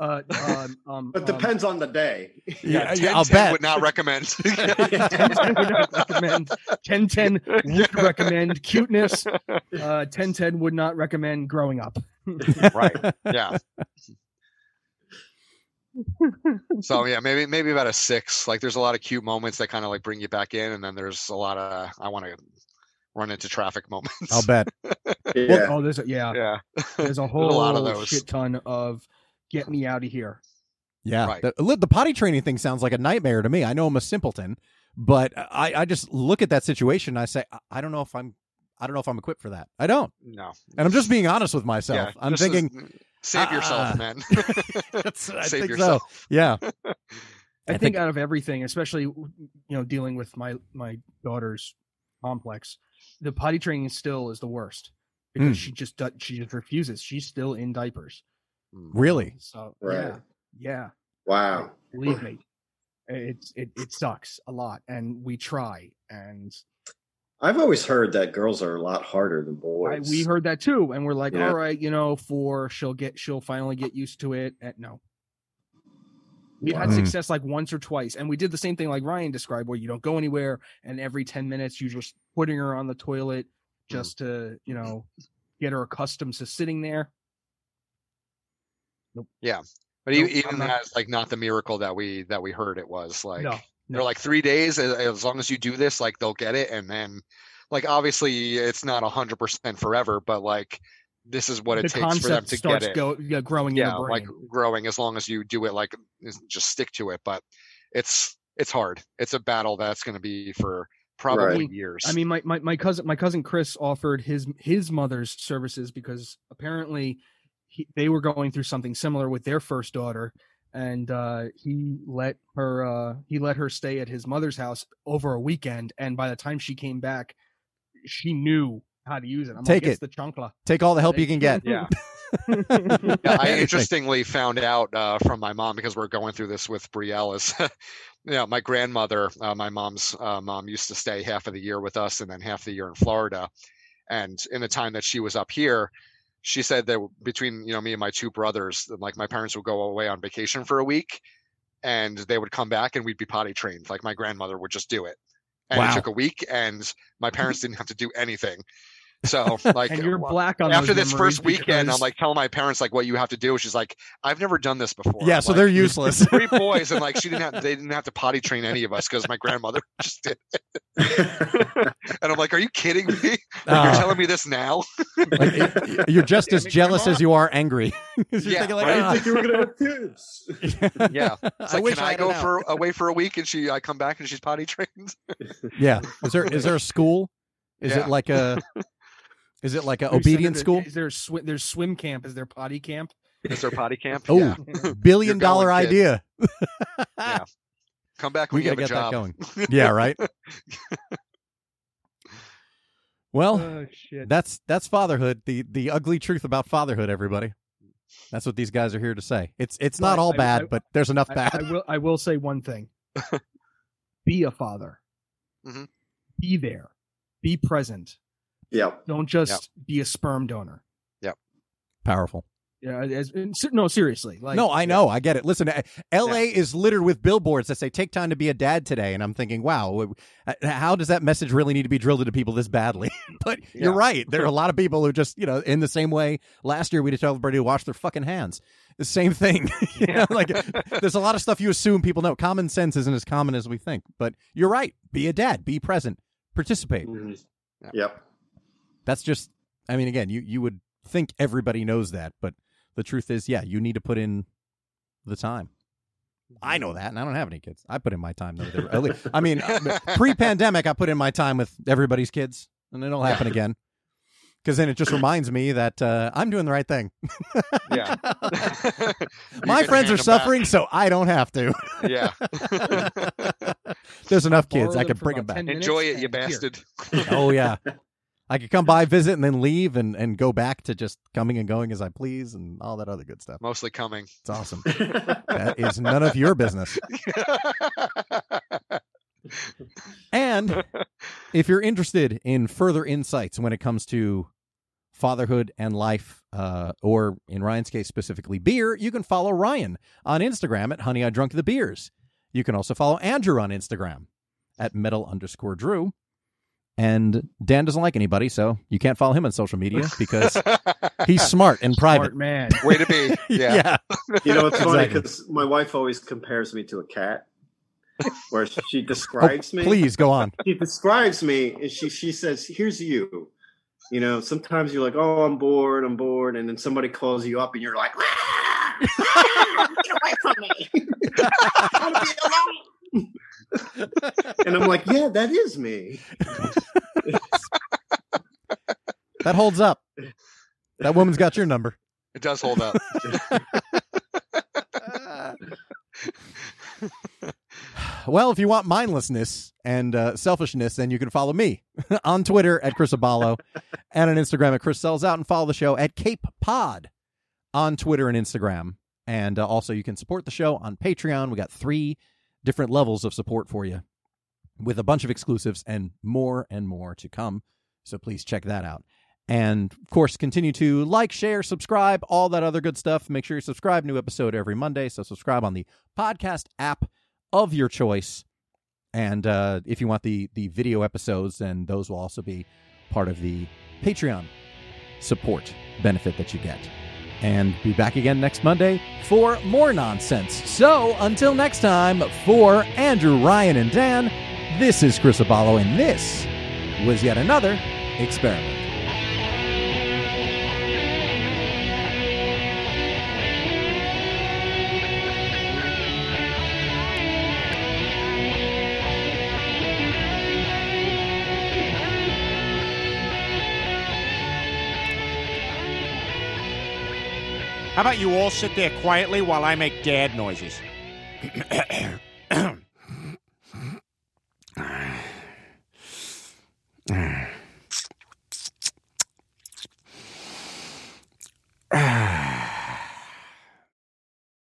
uh, um, um,
but
um,
depends on the day.
yeah,
Yeah,
yeah, I'll
10
bet.
would not recommend.
1010 would not recommend 1010 would recommend cuteness uh 1010 would not recommend growing up
right. Yeah. so yeah, maybe maybe about a six. Like there's a lot of cute moments that kind of like bring you back in, and then there's a lot of I want to run into traffic moments.
I'll bet.
Yeah.
Oh, there's a, yeah,
yeah,
there's a whole
a lot of those.
shit ton of get me out of here.
Yeah,
Right.
the, li- the potty training thing sounds like a nightmare to me. I know I'm a simpleton, but I, I just look at that situation and I say, I- I don't know if I'm, I don't know if I'm equipped for that. I don't,
no.
and I'm just being honest with myself.
Yeah,
I'm
just as-
thinking,
save
"Ah."
yourself, man.
That's- I
save
think so.
yourself.
yeah, I
I, think, uh,
think-
out of everything, especially you know dealing with my my daughter's complex, the potty training still is the worst because
Mm.
she just do- she just refuses. She's still in diapers.
really,
So
Right.
yeah,
Wow.
yeah, believe me, it's it it sucks a lot, and we try, and
I've always heard that girls are a lot harder than
I,
boys.
we heard that too, and we're like,
Yeah.
all right, you know, four, she'll get she'll finally get used to it. And no, we
Wow.
had
Mm.
success like once or twice and we did the same thing like ryan described where you don't go anywhere and every 10 minutes you're just putting her on the
Mm.
toilet just to you know get her accustomed to sitting there
But
Nope,
e- even
I'm not-
that's like not the miracle that we that we heard it was like
no
they're like three days as, as long as you do this like they'll get it and then like obviously it's not a hundred percent forever but like this is what
the
it takes for them
concept
to get
starts
it
go yeah, growing in
yeah
the brain
like growing as long as you do it like is- just stick to it but it's it's hard it's a battle that's going to be for probably
Right.
years
I mean, my, my, my cousin my cousin Chris offered his his mother's services because apparently he, they were going through something similar with their first daughter, and uh, he let her uh, he let her stay at his mother's house over a weekend, and by the time she came back, she knew how to use it. I'm
Take
like,
it.
it's the chancla.
take all the help you can get.
yeah Yeah, I
Everything.
interestingly found out uh, from my mom because we're going through this with Brielle. Is you know, my grandmother, uh, my mom's uh, mom, used to stay half of the year with us and then half the year in Florida. And in the time that she was up here, she said that between you know me and my two brothers, that, like my parents would go away on vacation for a week, and they would come back and we'd be potty trained. Like my grandmother would just do it, and
Wow.
it took a week, and my parents didn't have to do anything. So like
And you're black on
after
those
this first
memories
weekend, I'm
because-
like telling my parents like what you have to do. She's like, I've never done this before.
yeah. So
Like,
they're useless.
three boys, and like she didn't have they didn't have to potty train any of us because my grandmother just did. And I'm like, are you kidding me? Like, you're
Ah.
telling me this now?
Like, y- y- you're just
Yeah,
as
make your
jealous
mom-
as you are angry. 'Cause you're
Yeah,
thinking like,
I didn't
"Ah,
think you were gonna have kids.
Yeah. It's
I
like,
wish
can
I,
I,
had
go
an out."
for away for a week and she I come back and she's potty trained?
Yeah. Is there is there a school? Is
Yeah.
it like a is it like a
Who said
obedience
that
school?
Is there swi- there's swim camp? Is there potty camp?
Is there potty camp?
Oh,
Yeah.
billion
You're going,
dollar
kid.
idea.
Come back
We
when you
gotta
have a
get that
job.
going. Yeah, right. Well,
Oh shit!
that's that's fatherhood. The the ugly truth about fatherhood, everybody. That's what these guys are here to say. It's it's not
But
all
I-
bad,
I-
but there's enough
I-
bad.
I, will. I will say one thing: be a father,
Mhm.
be there, be present.
yeah.
Don't just be a sperm donor.
Powerful.
Yeah, as, and se- no, seriously. Like,
no, I know. I get it. Listen, I- L.A. is littered with billboards that say "Take time to be a dad today," and I'm thinking, wow, wh- how does that message really need to be drilled into people this badly? but you're
Yeah.
right. There are a lot of people who just, you know, in the same way. Last year, we just told everybody to wash their fucking hands. The same thing. You know, like, there's a lot of stuff you assume people know. Common sense isn't as common as we think. But you're right. Be a dad. Be present. Participate.
Mhm.
Yeah.
Yep.
That's just. I mean, again, you you would think everybody knows that, but the truth is, yeah, you need to put in the time. I know that, and I don't have any kids. I put in my time though. They were- at least- I mean, uh, pre-pandemic, I put in my time with everybody's kids, and it'll happen again. Because then it just reminds me that uh, I'm doing the right thing.
Yeah.
my
can
friends
hand 'em
are
back.
suffering, so I don't have to.
Yeah.
There's enough
Borrow
kids. I
them
could
for
bring them
about
back.
10 minutes
Enjoy it, you
and here.
bastard.
oh yeah i could come by visit and then leave and, and go back to just coming and going as i please and all that other good stuff
Mostly coming.
it's awesome that is none of your business and if you're interested in further insights when it comes to fatherhood and life uh, or in ryan's case specifically beer you can follow ryan on instagram at honey i drunk the beers you can also follow andrew on instagram at metal underscore drew And Dan doesn't like anybody, so you can't follow him on social media because he's smart and private.
Smart man.
Way to be. Yeah.
You know, it's funny
Exactly.
because my wife always compares me to a cat, where she describes me.
Oh, Please go on.
she describes me and she she says, "Here's you." You know, sometimes you're like, "Oh, I'm bored, I'm bored," and then somebody calls you up and you're like, "Ah! Ah! "Get away from me! I want to be alone." and I'm like, "Yeah, that is me."
That holds up. That woman's got your number.
It does hold up.
well, if you want mindlessness and uh, selfishness, then you can follow me on Twitter at Chris Abalo and on Instagram at Chris Sells Out and follow the show at Cape Pod on Twitter and Instagram. And uh, also, you can support the show on Patreon. We got three different levels of support for you with a bunch of exclusives and more and more to come. So please check that out. And of course, continue to like, share, subscribe, all that other good stuff. Make sure you subscribe. New episode every Monday. So subscribe on the podcast app of your choice. And uh, if you want the the video episodes, then those will also be part of the Patreon support benefit that you get. And be back again next Monday for more nonsense. So until next time, for Andrew, Ryan, and Dan, this is Chris Abalo, and this was yet another experiment.
How about you all sit there quietly while I make dad noises?